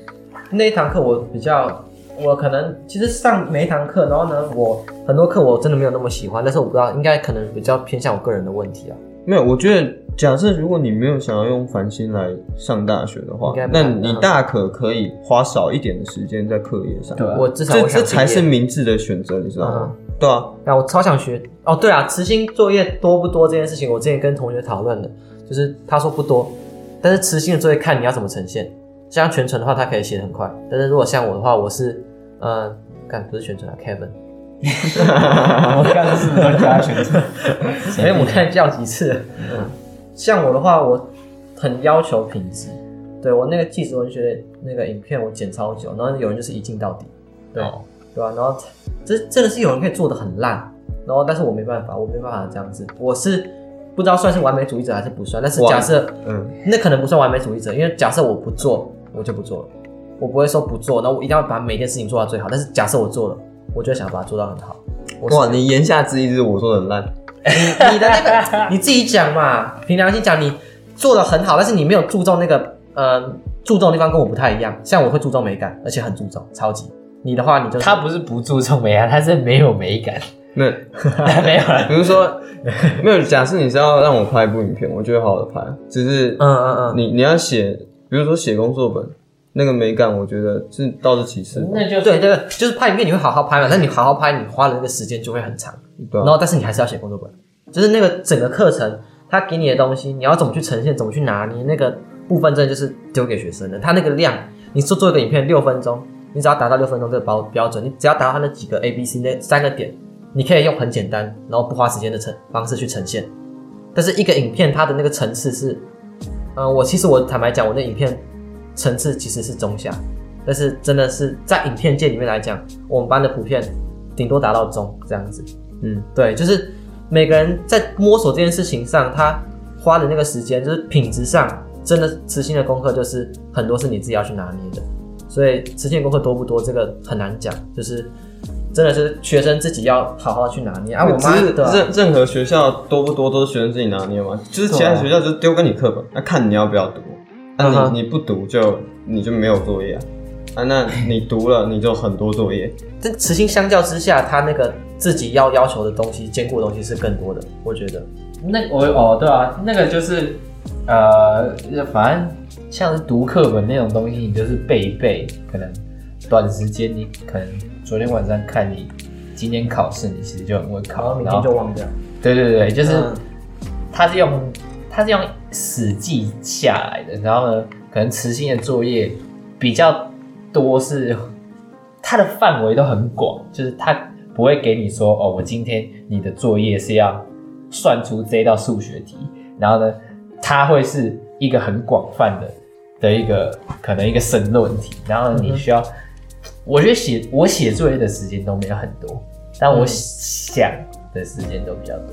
A: 那一堂课我比较，我可能其实上每一堂课，然后呢，我很多课我真的没有那么喜欢，但是我不知道，应该可能比较偏向我个人的问题啊。
D: 没有，我觉得假设如果你没有想要用繁星来上大学的话
A: 应该，不嗯
D: 那
A: 太
D: 你大可可以花少一点的时间在课业上。
C: 对啊
A: 我至少
D: 这
A: 我想
D: 这才
A: 毕
D: 是
A: 业。嗯
D: 明智的选择，你知道吗？对啊，
A: 那、我超想学哦，对啊，慈心作业多不多这件事情，我之前跟同学讨论的，就是他说不多，但是慈心的作业看你要怎么呈现。像全程的话，他可以写得很快，但是如果像我的话，我是，呃，看不是全程啊，Kevin，
C: 我刚刚是不是加选择？
A: 哎、我看叫几次了。 像我的话，我很要求品质。对我那个纪实文学那个影片，我剪超久，然后有人就是一镜到底，对、
C: 哦
A: 对吧、然后这真的是有人可以做的很烂，然后但是我没办法，我没办法这样子。我是不知道算是完美主义者还是不算，但是
D: 哇
A: 假设
D: 嗯，
A: 那可能不算完美主义者，因为假设我不做，我就不做了，我不会说不做，然后我一定要把每件事情做到最好。但是假设我做了，我就想把它做到很好。我是
D: 哇，你言下之意就是我说的很烂，
A: 你的那个你自己讲嘛，凭良心讲，你做的很好，但是你没有注重那个呃注重的地方跟我不太一样。像我会注重美感，而且很注重，超级。你的话，你就是
C: 他不是不注重美感，他是没有美感，
D: 那
C: 没有啊 了。
D: 比如说，没有假设你是要让我拍一部影片，我就会好好的拍。啊只是
A: 嗯嗯嗯，
D: 你你要写，比如说写工作本，那个美感，我觉得是倒是其次的。
C: 那就
A: 对对对，就是拍影片你会好好拍嘛，但你好好拍，你花的那个时间就会很长。
D: 对
A: 然
D: 啊
A: 后，但是你还是要写工作本，就是那个整个课程他给你的东西，你要怎么去呈现，怎么去拿捏那个部分，真的就是丢给学生的。他那个量，你说做一个影片六分钟，你只要达到六分钟这个标标准，你只要达到他那几个 A、B、C 那三个点，你可以用很简单，然后不花时间的呈方式去呈现。但是一个影片它的那个层次是，呃，我其实我坦白讲，我的影片层次其实是中下，但是真的是在影片界里面来讲，我们班的普遍顶多达到中这样子。
D: 嗯，
A: 对，就是每个人在摸索这件事情上，他花的那个时间，就是品质上真的磁性的功课，就是很多是你自己要去拿捏的。所以磁性的功课多不多，这个很难讲，就是真的是学生自己要好好去拿捏啊。我
D: 只
A: 妈
D: 是
A: 对啊
D: 任任何学校多不多都是学生自己拿捏嘛，就是其他学校就是丢给你课本，那、看你要不要读，那、
A: 啊嗯哼
D: 你你不读就你就没有作业啊，啊，那你读了你就很多作业，
A: 这磁性相较之下，他那个自己要要求的东西、兼顾的东西是更多的，我觉得。
C: 那我哦，对啊，那个就是呃，反正像是读课本那种东西，你就是背一背，可能短时间你可能昨天晚上看你，今天考试你其实就很会
A: 然后
C: 考，
A: 明
C: 然
A: 天就
C: 后
A: 忘掉。
C: 对对对，就是
A: 嗯
C: 它是用它是用死记下来的，然后呢，可能磁性的作业比较多是它的范围都很广，就是它不会给你说哦，我今天你的作业是要算出这道数学题，然后呢，它会是一个很广泛的的一个可能一个申论题，然后你需要，我觉得写我写作业的时间都没有很多，但我
A: 嗯
C: 想的时间都比较多。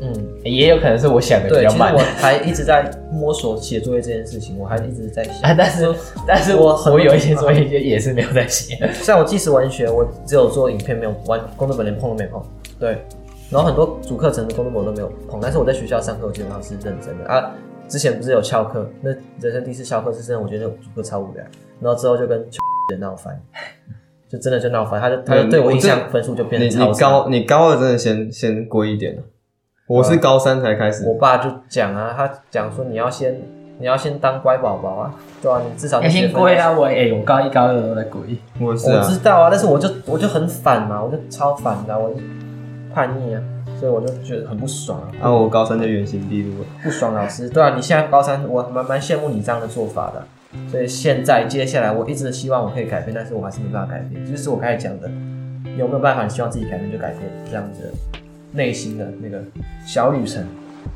A: 嗯，
C: 也有可能是我想的比
A: 对，
C: 较
A: 其实
C: 慢
A: 我还一直在摸索写作业这件事情，我还一直在写。
C: 啊，但是但是我
A: 很
C: 我有一嗯些作业就也是没有在写，
A: 像我纪实文学，我只有做影片，没有玩工作本连碰都没碰。对，然后很多主课程的工作本我都没有碰，但是我在学校上课，我基本上是认真的啊。之前不是有翘课，那人生第一次翘课是真的，我觉得主课超无聊。然后之后就跟人闹翻，就真的就闹翻，他 就他就对我印
D: 嗯我
A: 象
D: 这
A: 分数就变
D: 你
A: 得
D: 你
A: 超差
D: 高你高二真的先先归一点了，我
A: 啊
D: 是高三才开始
A: 我，爸就讲啊，他讲说你要先你要先当乖宝宝啊，对啊，你至少
C: 哎
A: 你学
C: 先
A: 分
C: 归啊，我哎、我高一高二都在归，
D: 我是
A: 我
D: 啊，
A: 知道啊，但是我就我就很反嘛，我就超反的啊、我就叛逆啊，所以我就觉得很不爽啊，
D: 啊，我高三就原形毕露了，
A: 不爽老师。对啊，你现在高三，我蛮蛮羡慕你这样的做法的。所以现在接下来，我一直希望我可以改变，但是我还是没办法改变，就是我刚才讲的，有没有办法？你希望自己改变就改变，这样子的内心的那个小旅程。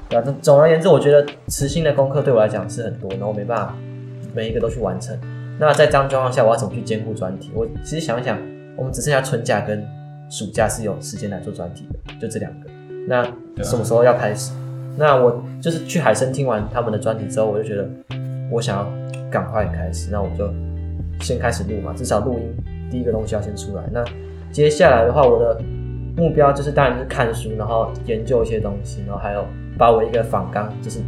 A: 对啊，总总而言之，我觉得磁性的功课对我来讲是很多，然后我没办法每一个都去完成。那在这样状况下，我要怎么去兼顾专题？我其实想一想，我们只剩下春假跟暑假是有时间来做专题的，就这两个。那
C: 对啊
A: 什么时候要开始？那我就是去海参听完他们的专题之后，我就觉得我想要赶快开始，那我就先开始录嘛，至少录音第一个东西要先出来。那接下来的话，我的目标就是当然就是看书，然后研究一些东西，然后还有把我一个访纲，就是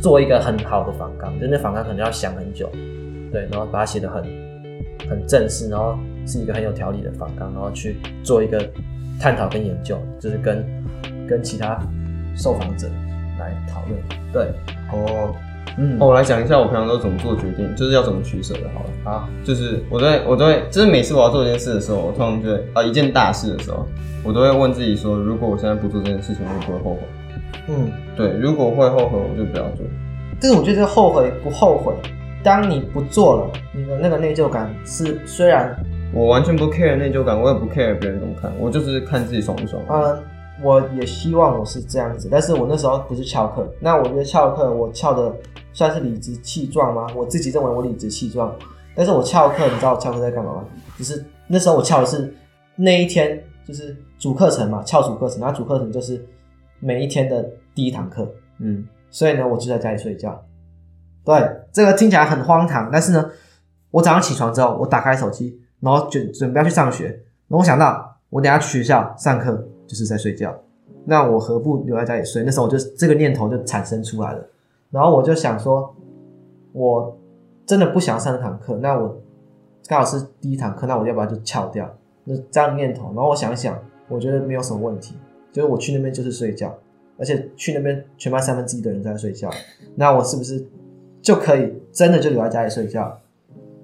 A: 做一个很好的访纲，就那访纲可能要想很久，对，然后把它写得很很正式，然后是一个很有条理的访纲，然后去做一个探讨跟研究，就是跟跟其他受访者来讨论。对，
D: 哦。
A: 嗯，
D: 哦，我来讲一下我平常都怎么做决定，就是要怎么取舍的，好了。
A: 好，
D: 就是我都会，我都会，就是每次我要做一件事的时候，我通常就会，啊，一件大事的时候，我都会问自己说，如果我现在不做这件事情，我会不会后悔？
A: 嗯，
D: 对，如果会后悔，我就不要做。
E: 但是我觉得这个后悔不后悔，当你不做了，你的那个内疚感是虽然
D: 我完全不 care 内疚感，我也不 care 别人怎么看，我就是看自己爽不爽。
A: 呃
E: 嗯，我也希望我是这样子，但是我那时候不是翘课，那我觉得翘课我翘的算是理直气壮吗？我自己认为我理直气壮，但是我翘课，你知道我翘课在干嘛吗？就是那时候我翘的是那一天就是主课程嘛，翘主课程，那主课程就是每一天的第一堂课，
D: 嗯，
E: 所以呢，我就在家里睡觉。对，这个听起来很荒唐，但是呢，我早上起床之后，我打开手机，然后准准备要去上学，然后我想到我等一下去学校上课就是在睡觉，那我何不留在家里睡？那时候我就这个念头就产生出来了，然后我就想说，我真的不想上这堂课，那我刚好是第一堂课，那我要不要就翘掉？那这样的念头，然后我想一想，我觉得没有什么问题，就是我去那边就是睡觉，而且去那边全班三分之一的人都在睡觉，那我是不是就可以真的就留在家里睡觉？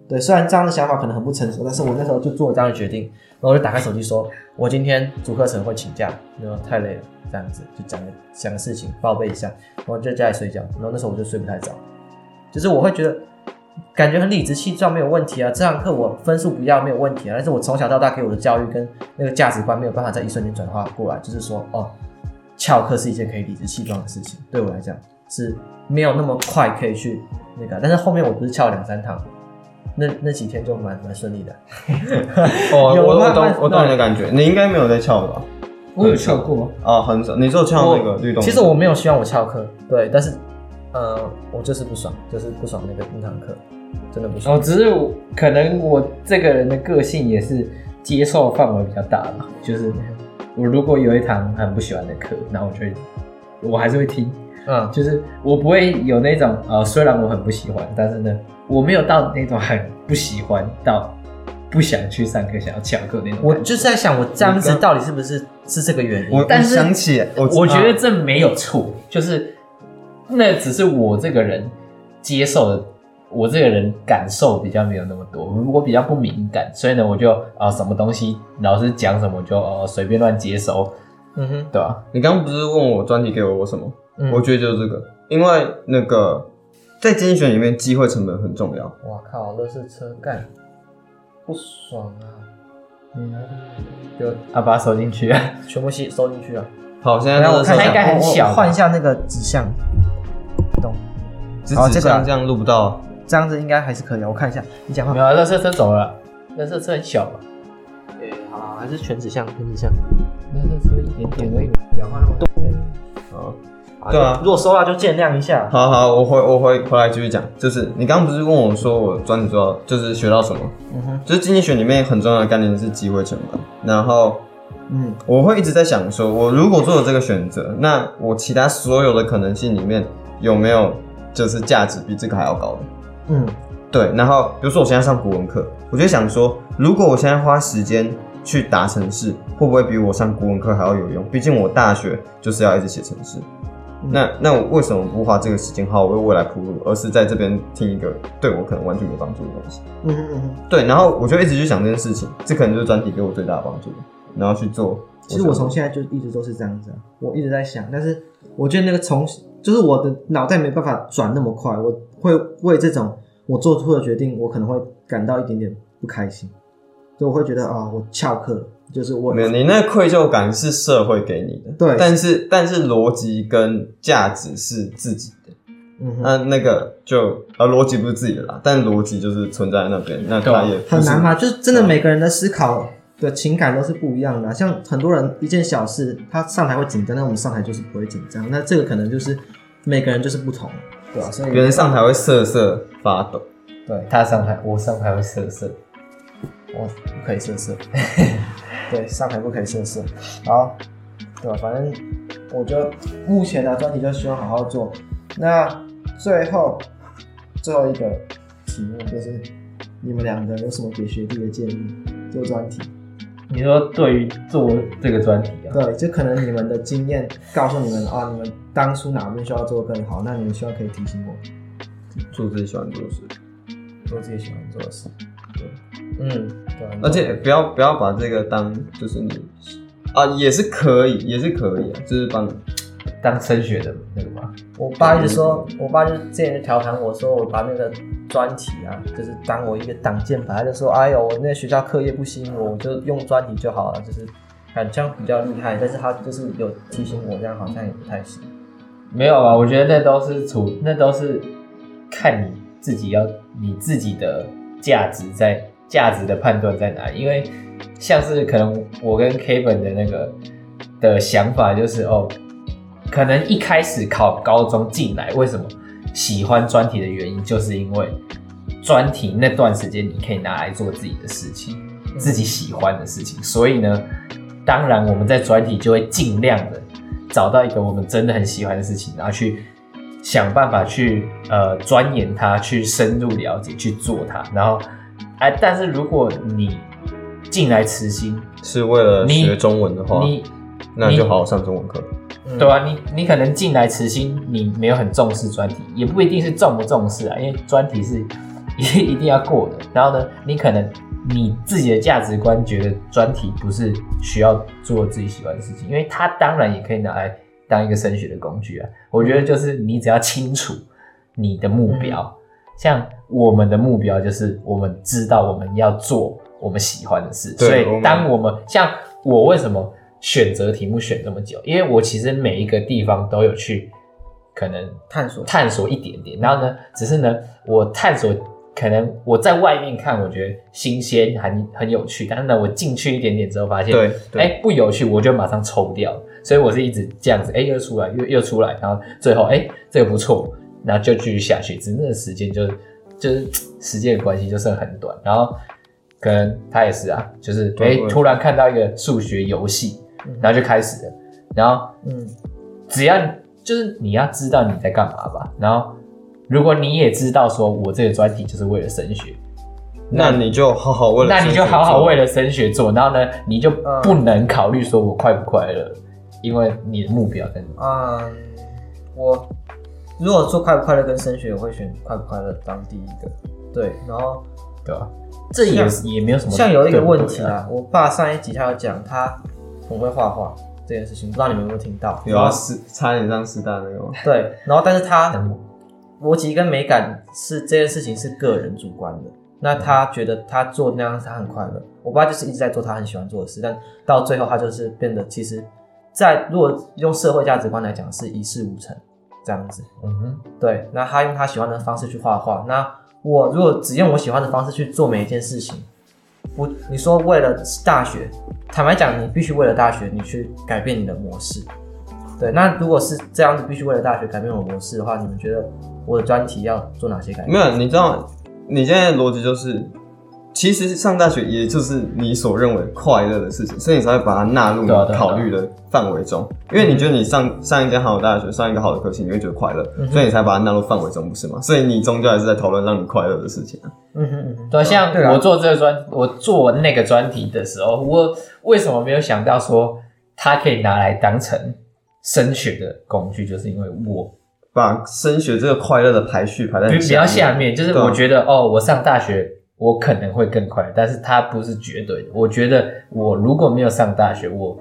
E: 对，虽然这样的想法可能很不成熟，但是我那时候就做了这样的决定。
A: 然后我就打开手机说，我今天主课程会请假，然后太累了，这样子就讲个讲个事情，报备一下，然后就在家里睡觉。然后那时候我就睡不太着，就是我会觉得
F: 感觉很理直气壮，没有问题啊。这堂课我分数不要没有问题啊，但是我从小到大给我的教育跟那个价值观没有办法在一瞬间转化过来，就是说，哦，翘课是一件可以理直气壮的事情，对我来讲是没有那么快可以去那个。但是后面我不是翘了两三堂，那那几天就蛮蛮顺利的。
D: 哦，
F: 有
D: 我我
F: 慢慢
D: 懂我懂你的感觉，你应该没有在翘吧？
A: 我有翘过，
D: 啊，很少。你说翘那个律动，
F: 其实我没有希望我翘课，对，但是，呃，我就是不爽，就是不爽那个那堂课，真的不爽。
C: 哦，只是我可能我这个人的个性也是接受范围比较大吧，就是我如果有一堂很不喜欢的课，那我就会我还是会听，
F: 嗯，
C: 就是我不会有那种呃，虽然我很不喜欢，但是呢，我没有到那种很不喜欢到不想去上课、想要翘课那种感觉。
F: 我就是在想，我这样子到底是不是是这个原因啊
D: 我？
C: 但是
D: 我想起我
C: 我觉得这没有错，就是那只是我这个人接受的，我这个人感受比较没有那么多，我比较不敏感，所以呢，我就啊、什么东西老师讲什么我就呃随便乱接收，
F: 嗯哼，
C: 对吧、
D: 你刚刚不是问我专题给我什么？
F: 嗯
D: 我觉得就是这个，因为那个在精选里面，机会成本很重要。
F: 哇靠，乐视车干，不爽啊！嗯
C: 啊，把它收进去，
F: 全部吸收进去啊！
D: 好，现在
F: 然
D: 那
F: 后
D: 个
F: 我看
D: 摄
F: 一
C: 它应
F: 下，
C: 该
F: 我
C: 很
F: 我
C: 小
F: 我换一下那个指向，
D: 只
F: 哦
D: 指
F: 这个啊
D: 向这样录不到，
F: 这样子应该还是可以啊。我看一下，你讲话
C: 没有，那车车走了，那车车很小嘛，
F: 哎好，啊还是全指向，全指向。
C: 那车车一点点而已。
D: 对啊
F: 如果收到就见谅一下。
D: 好好，我回我回回来继续讲，就是你刚刚不是问我说我专题做到就是学到什么？
F: 嗯哼，
D: 就是经济学里面很重要的概念是机会成本，然后。
F: 嗯，
D: 我会一直在想说，我如果做了这个选择，那我其他所有的可能性里面有没有就是价值比这个还要高的？
F: 嗯，
D: 对。然后比如说我现在上古文课，我就想说，如果我现在花时间去打程式，会不会比我上古文课还要有用？毕竟我大学就是要一直写程式。
F: 嗯
D: 那那我为什么不花这个时间好好为未来铺路，而是在这边听一个对我可能完全没帮助的东西？
F: 嗯哼嗯哼。
D: 对，然后我就一直去想这件事情，这可能就是专题给我最大的帮助，然后去做。
F: 其实我
D: 想
F: 从现在就一直都是这样子啊，我一直在想，但是我觉得那个从就是我的脑袋没办法转那么快，我会为这种我做出的决定，我可能会感到一点点不开心，所以我会觉得啊、我翘课了，就是我
D: 没有，你那愧疚感是社会给你的，
F: 对
D: 但是但是逻辑跟价值是自己的，
F: 嗯哼，
D: 那那个就呃逻辑不是自己的啦，但逻辑就是存在那边，那
C: 对
D: 它
C: 啊
D: 也不是
F: 很难嘛，就是真的每个人的思考的情感都是不一样的啊、像很多人一件小事，他上台会紧张，但我们上台就是不会紧张，那这个可能就是每个人就是不同，对吧、所以
D: 别人上台会瑟瑟发抖，
C: 他上台，我上台会瑟瑟。
F: 我不可以色 色，对，上海不可以色色。好，对吧？反正我就目前的专题就希望好好做。那最后最后一个题目就是你们两个有什么给学弟的建议？做专题，
C: 你说对于做这个专题啊，
F: 对，就可能你们的经验告诉你们啊，你们当初哪边需要做得更好，那你们希望可以提醒我
D: 做自己喜欢做的事，
F: 嗯做自己喜欢做的事。对，嗯，对啊
D: 而且不要不要把这个当就是你啊也是可以也是可以啊，就是帮
C: 当升学的那个吗？
F: 我爸一直说，我爸就之前就调侃我说，我把那个专题啊，就是当我一个挡箭牌，他就说，哎呦，我那学校课业不吸引我，我就用专题就好了，就是感觉比较厉害，但是他就是有提醒我，这样好像也不太行。
C: 没有啊，我觉得那都是处，那都是看你自己要你自己的价值在价值的判断在哪里。因为像是可能我跟 Kevin 的那个的想法就是哦，可能一开始考高中进来，为什么喜欢专题的原因，就是因为专题那段时间你可以拿来做自己的事情，自己喜欢的事情。所以呢，当然我们在专题就会尽量的找到一个我们真的很喜欢的事情，然后去想办法去呃钻研它，去深入了解，去做它。然后，哎、但是如果你进来慈心，
D: 是为了
C: 你
D: 学中文的话，
C: 你
D: 那你就
C: 你
D: 好好上中文课。
C: 对啊，你你可能进来慈心，你没有很重视专题，也不一定是重不重视啊，因为专题是一一 定要过的。然后呢，你可能你自己的价值观觉得专题不是需要做自己喜欢的事情，因为它当然也可以拿来
D: 嗯
C: 当一个升学的工具啊。我觉得就是你只要清楚你的目标，像我们的目标就是我们知道我们要做我们喜欢的事，
D: 对
C: 所
D: 我们
C: 以当我们像我为什么选择题目选这么久？因为我其实每一个地方都有去可能
A: 探索
C: 探索一点点，然后呢，只是呢，我探索可能我在外面看，我觉得新鲜很很有趣，但是呢，我进去一点点之后发现，
D: 对对
C: 哎、不有趣，我就马上抽掉。所以我是一直这样子，哎、又出来，又又出来，然后最后，哎、这个不错，然后就继续下去。只是那个时间就就是时间的关系，就剩很短。然后可能他也是啊，就是哎、
D: 对对嗯
C: 突然看到一个数学游戏，然后就开始了，然后
A: 嗯，
C: 只要你就是你要知道你在干嘛吧。然后如果你也知道说我这个专题就是为了升学，
D: 那你就好好为了
C: 那
D: 升
C: 你
D: 学
C: 就好好
D: 做
C: 为了升学做，然后呢，你就
A: 嗯
C: 不能考虑说我快不快乐，因为你的目标在哪。
A: 嗯，我如果做快不快乐跟升学，我会选快不快乐当第一个。对，然后
C: 对吧？这也是也没有什么
A: 像有一个
C: 对不哎对
A: 问题啊，我爸上一集他有讲他很会画画这件事情，不知道你们有没有听到？
D: 有啊，师差点让师大那个吗？
A: 对，然后但是他
C: 项目
A: 逻辑跟美感是这件事情是个人主观的。那他觉得他做那样他很快乐，我爸就是一直在做他很喜欢做的事，但到最后他就是变得其实在，如果用社会价值观来讲是一事无成这样子。
C: 嗯哼，
A: 对，那他用他喜欢的方式去画画。那我如果只用我喜欢的方式去做每一件事情，我你说为了大学，坦白讲，你必须为了大学，你去改变你的模式。对，那如果是这样子，必须为了大学改变我的模式的话，你们觉得我的专题要做哪些改变？
D: 没有，你知道，你现在的逻辑就是，其实上大学也就是你所认为快乐的事情，所以你才会把它纳入你
C: 对啊对啊
D: 考虑的范围中。因为你觉得你上上一间好的大学，上一个好的科系，你会觉得快乐，
C: 嗯
D: 所以你才把它纳入范围中，不是吗？所以你终究还是在讨论让你快乐的事情啊。
A: 嗯哼嗯哼，
C: 对，像
A: 对啊
C: 我做这个专，我做那个专题的时候，我为什么没有想到说它可以拿来当成升学的工具，就是因为我
D: 把升学这个快乐的排序排在
C: 比
D: 很
C: 比较下
D: 面
C: 面，就是
D: 对啊
C: 我觉得哦，我上大学我可能会更快乐，但是它不是绝对的。我觉得我如果没有上大学，我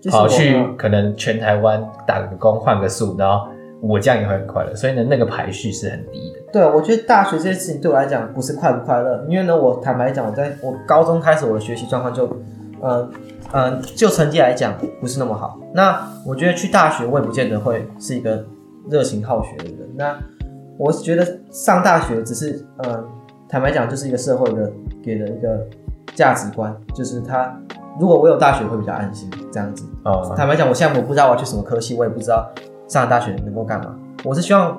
A: 就是
C: 跑
A: 我
C: 去可能全台湾打个工换个宿，然后我这样也会很快乐。所以呢，那个排序是很低的。
A: 对，我觉得大学这件事情对我来讲不是快不快乐，因为呢，我坦白讲，我在我高中开始我的学习状况就，呃呃，就成绩来讲不是那么好。那我觉得去大学我也不见得会是一个热情好学的人。那我是觉得上大学只是，呃，坦白讲就是一个社会的给的一个价值观，就是他如果我有大学会比较安心这样子。
C: 哦、
A: 坦白讲，我现在我不知道我要去什么科系，我也不知道上了大学能够干嘛。我是希望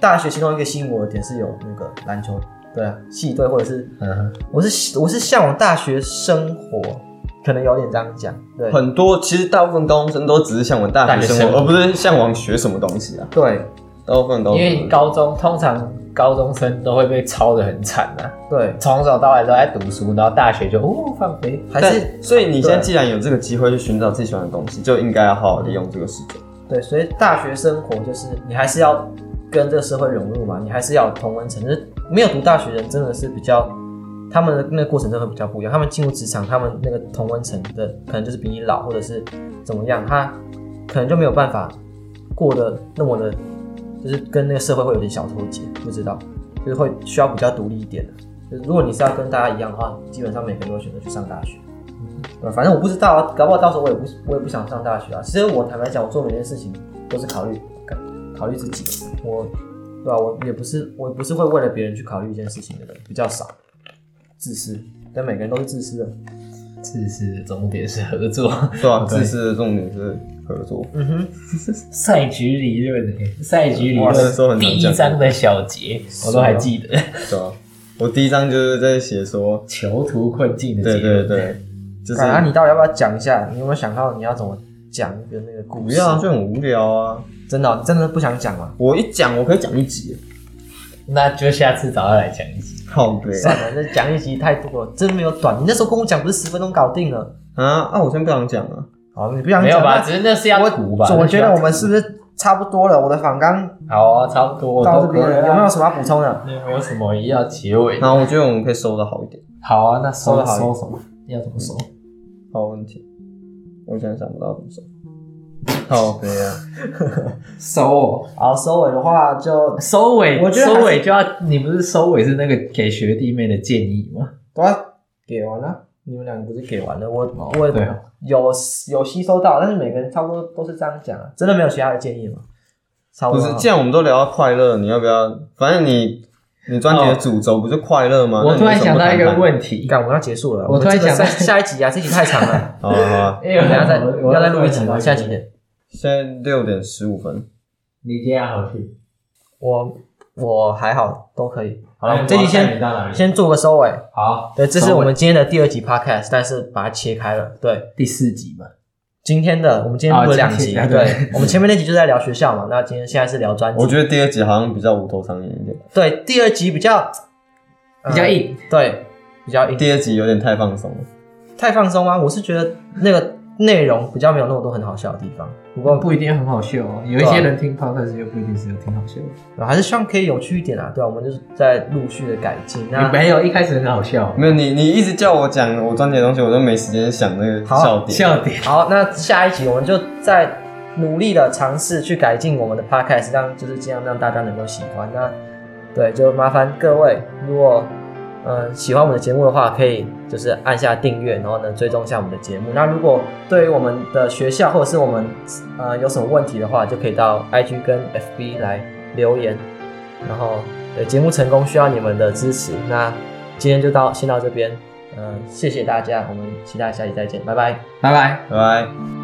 A: 大学其中一个吸引我的点是有那个篮球，对啊，系队或者是，
C: 嗯哼，
A: 我是我是向往大学生活，可能有点这样讲，对
D: 很多其实大部分高中生都只是向往大学
C: 大
D: 生
C: 学生
D: 活，
C: 活
D: 而不是向往学什么东西啊。
A: 对
D: 大部分都
C: 因为高中通常高中生都会被操得很惨啊，
A: 对，
C: 从小到大都在读书，然后大学就哦放飞。
A: 还
D: 但
A: 是
D: 所以你现在既然有这个机会去寻找自己喜欢的东西，就应该要好好利用这个时间。
A: 对，所以大学生活就是你还是要跟这个社会融入嘛，你还是要有同温层。就是没有读大学人真的是比较，他们的那个过程真的会比较不一样。他们进入职场，他们那个同温层的可能就是比你老或者是怎么样，他可能就没有办法过得那么的，就是跟那个社会会有点小脱节，不知道，就是会需要比较独立一点的。就是如果你是要跟大家一样的话，基本上每个人都会选择去上大学。呃，反正我不知道啊，搞不好到时候我也不我也不想上大学啊。其实我坦白讲，我做每件事情都是考虑考虑自己，我对吧、我也不是我不是会为了别人去考虑一件事情的人，比较少，自私。但每个人都是自私的。
C: 自私的终点是合作，
D: 对啊，自私的重点是合作。
A: 嗯哼，
C: 赛局理论欸，赛局理
D: 哇那时候
C: 论
D: 很难
C: 第一
D: 讲
C: 章的小节我都还记得，
D: 对啊，我第一章就是在写说，
C: 囚徒困境的
D: 对
C: 结论
D: 对对，就是
A: 那、啊、你到底要不要讲一下？你有没有想到你要怎么讲一个那个故
D: 不
A: 事？
D: 要啊，就很无聊啊。
A: 真的哦、你真的不想讲吗？
D: 我一讲，我可以讲一集，
C: 那就下次找他来讲一集。
D: 靠背
A: 算了，这讲一集太多了，真没有短。你那时候跟我讲不是十分钟搞定了？
D: 啊啊！我先不想讲啊，
A: 好，你不想
C: 没有
A: 讲
C: 吧？
A: 那
C: 只是那是要读吧？
A: 我
C: 那是
A: 觉
C: 要
A: 得我们是不是差不多了？我的反纲
C: 好啊，差不多
A: 到
C: 都
A: 这边
C: 可以
A: 了，
C: 啊
A: 有没有什么要补充的？
C: 你有没有什么要结尾？
D: 然后我觉得我们可以收的好一点。
C: 好啊，那收
A: 收得好
C: 收什么？要怎么收？
D: 好问题，我现在想不到怎么收。
C: 好悲啊！收
F: 好，收尾的话就
C: 哦收尾，
F: 我觉得还是
C: 收尾就要你不是收尾是那个给学弟妹的建议吗？
F: 都要给完了。
A: 你们两个不是给完了？我
F: 哦
A: 我
C: 对啊
F: 有有吸收到，但是每个人差不多都是这样讲啊，
A: 真的没有其他的建议吗？差
D: 不
A: 不
D: 是
A: 多，啊
D: 既然我们都聊到快乐，你要不要？反正你你专辑的主轴不就快乐吗？
C: 哦我突然想到一个
D: 题，
C: 问题，
A: 干，我们要结束了。
C: 我
A: 们这
C: 突然
A: 个
C: 想到
A: 下下一集啊，这集太长了，
D: 好啊好啊，
C: 因为
A: 等一下再
F: 我
A: 要再录一集
F: 我突然想到
A: 吗？
F: 一个
A: 下集点。
D: 现在六点十五分，
C: 你今天好去，
A: 我我还好，都可以。好了，我们
C: 哎
A: 这集
C: 我要带
A: 先
C: 你到哪里
A: 先做个收尾。
C: 好
A: 对，这是
C: 收尾
A: 我们今天的第二集 podcast，但是把它切开了。对，
C: 第四集嘛，
A: 今天的我们今天录了两集，
C: 啊今天
A: 对，我们前面那集就在聊学校嘛，那今天现在是聊专
D: 我
A: 辑。
D: 觉得第二集好像比较无头苍蝇一点，
A: 对，第二集比较
C: 比较，硬，
A: 呃对，比较硬，
D: 第二集有点太放松了。
A: 太放松吗？我是觉得那个内容比较没有那么多很好笑的地方，不过
C: 不一定很好笑哦。有一些人听 podcast 就不一定是有挺好笑的。
A: 呃还是希望可以有趣一点啊。对啊，我们就是在陆续的改进。那
C: 你没有一开始很好笑，
A: 嗯
D: 没有你，你一直叫我讲我专辑的东西，我都没时间想那个
A: 好
D: 笑点。
C: 笑点
A: 好，那下一集我们就再努力的尝试去改进我们的 podcast，让就是尽量让大家能够喜欢。那对，就麻烦各位，如果嗯喜欢我们的节目的话，可以就是按下订阅，然后呢追踪一下我们的节目。那如果对于我们的学校或者是我们呃有什么问题的话，就可以到 IG 跟 FB 来留言。然后对节目成功需要你们的支持。那今天就呃到先到这边，嗯、谢谢大家，我们期待下期再见，拜拜。
C: 拜拜。
D: 拜拜。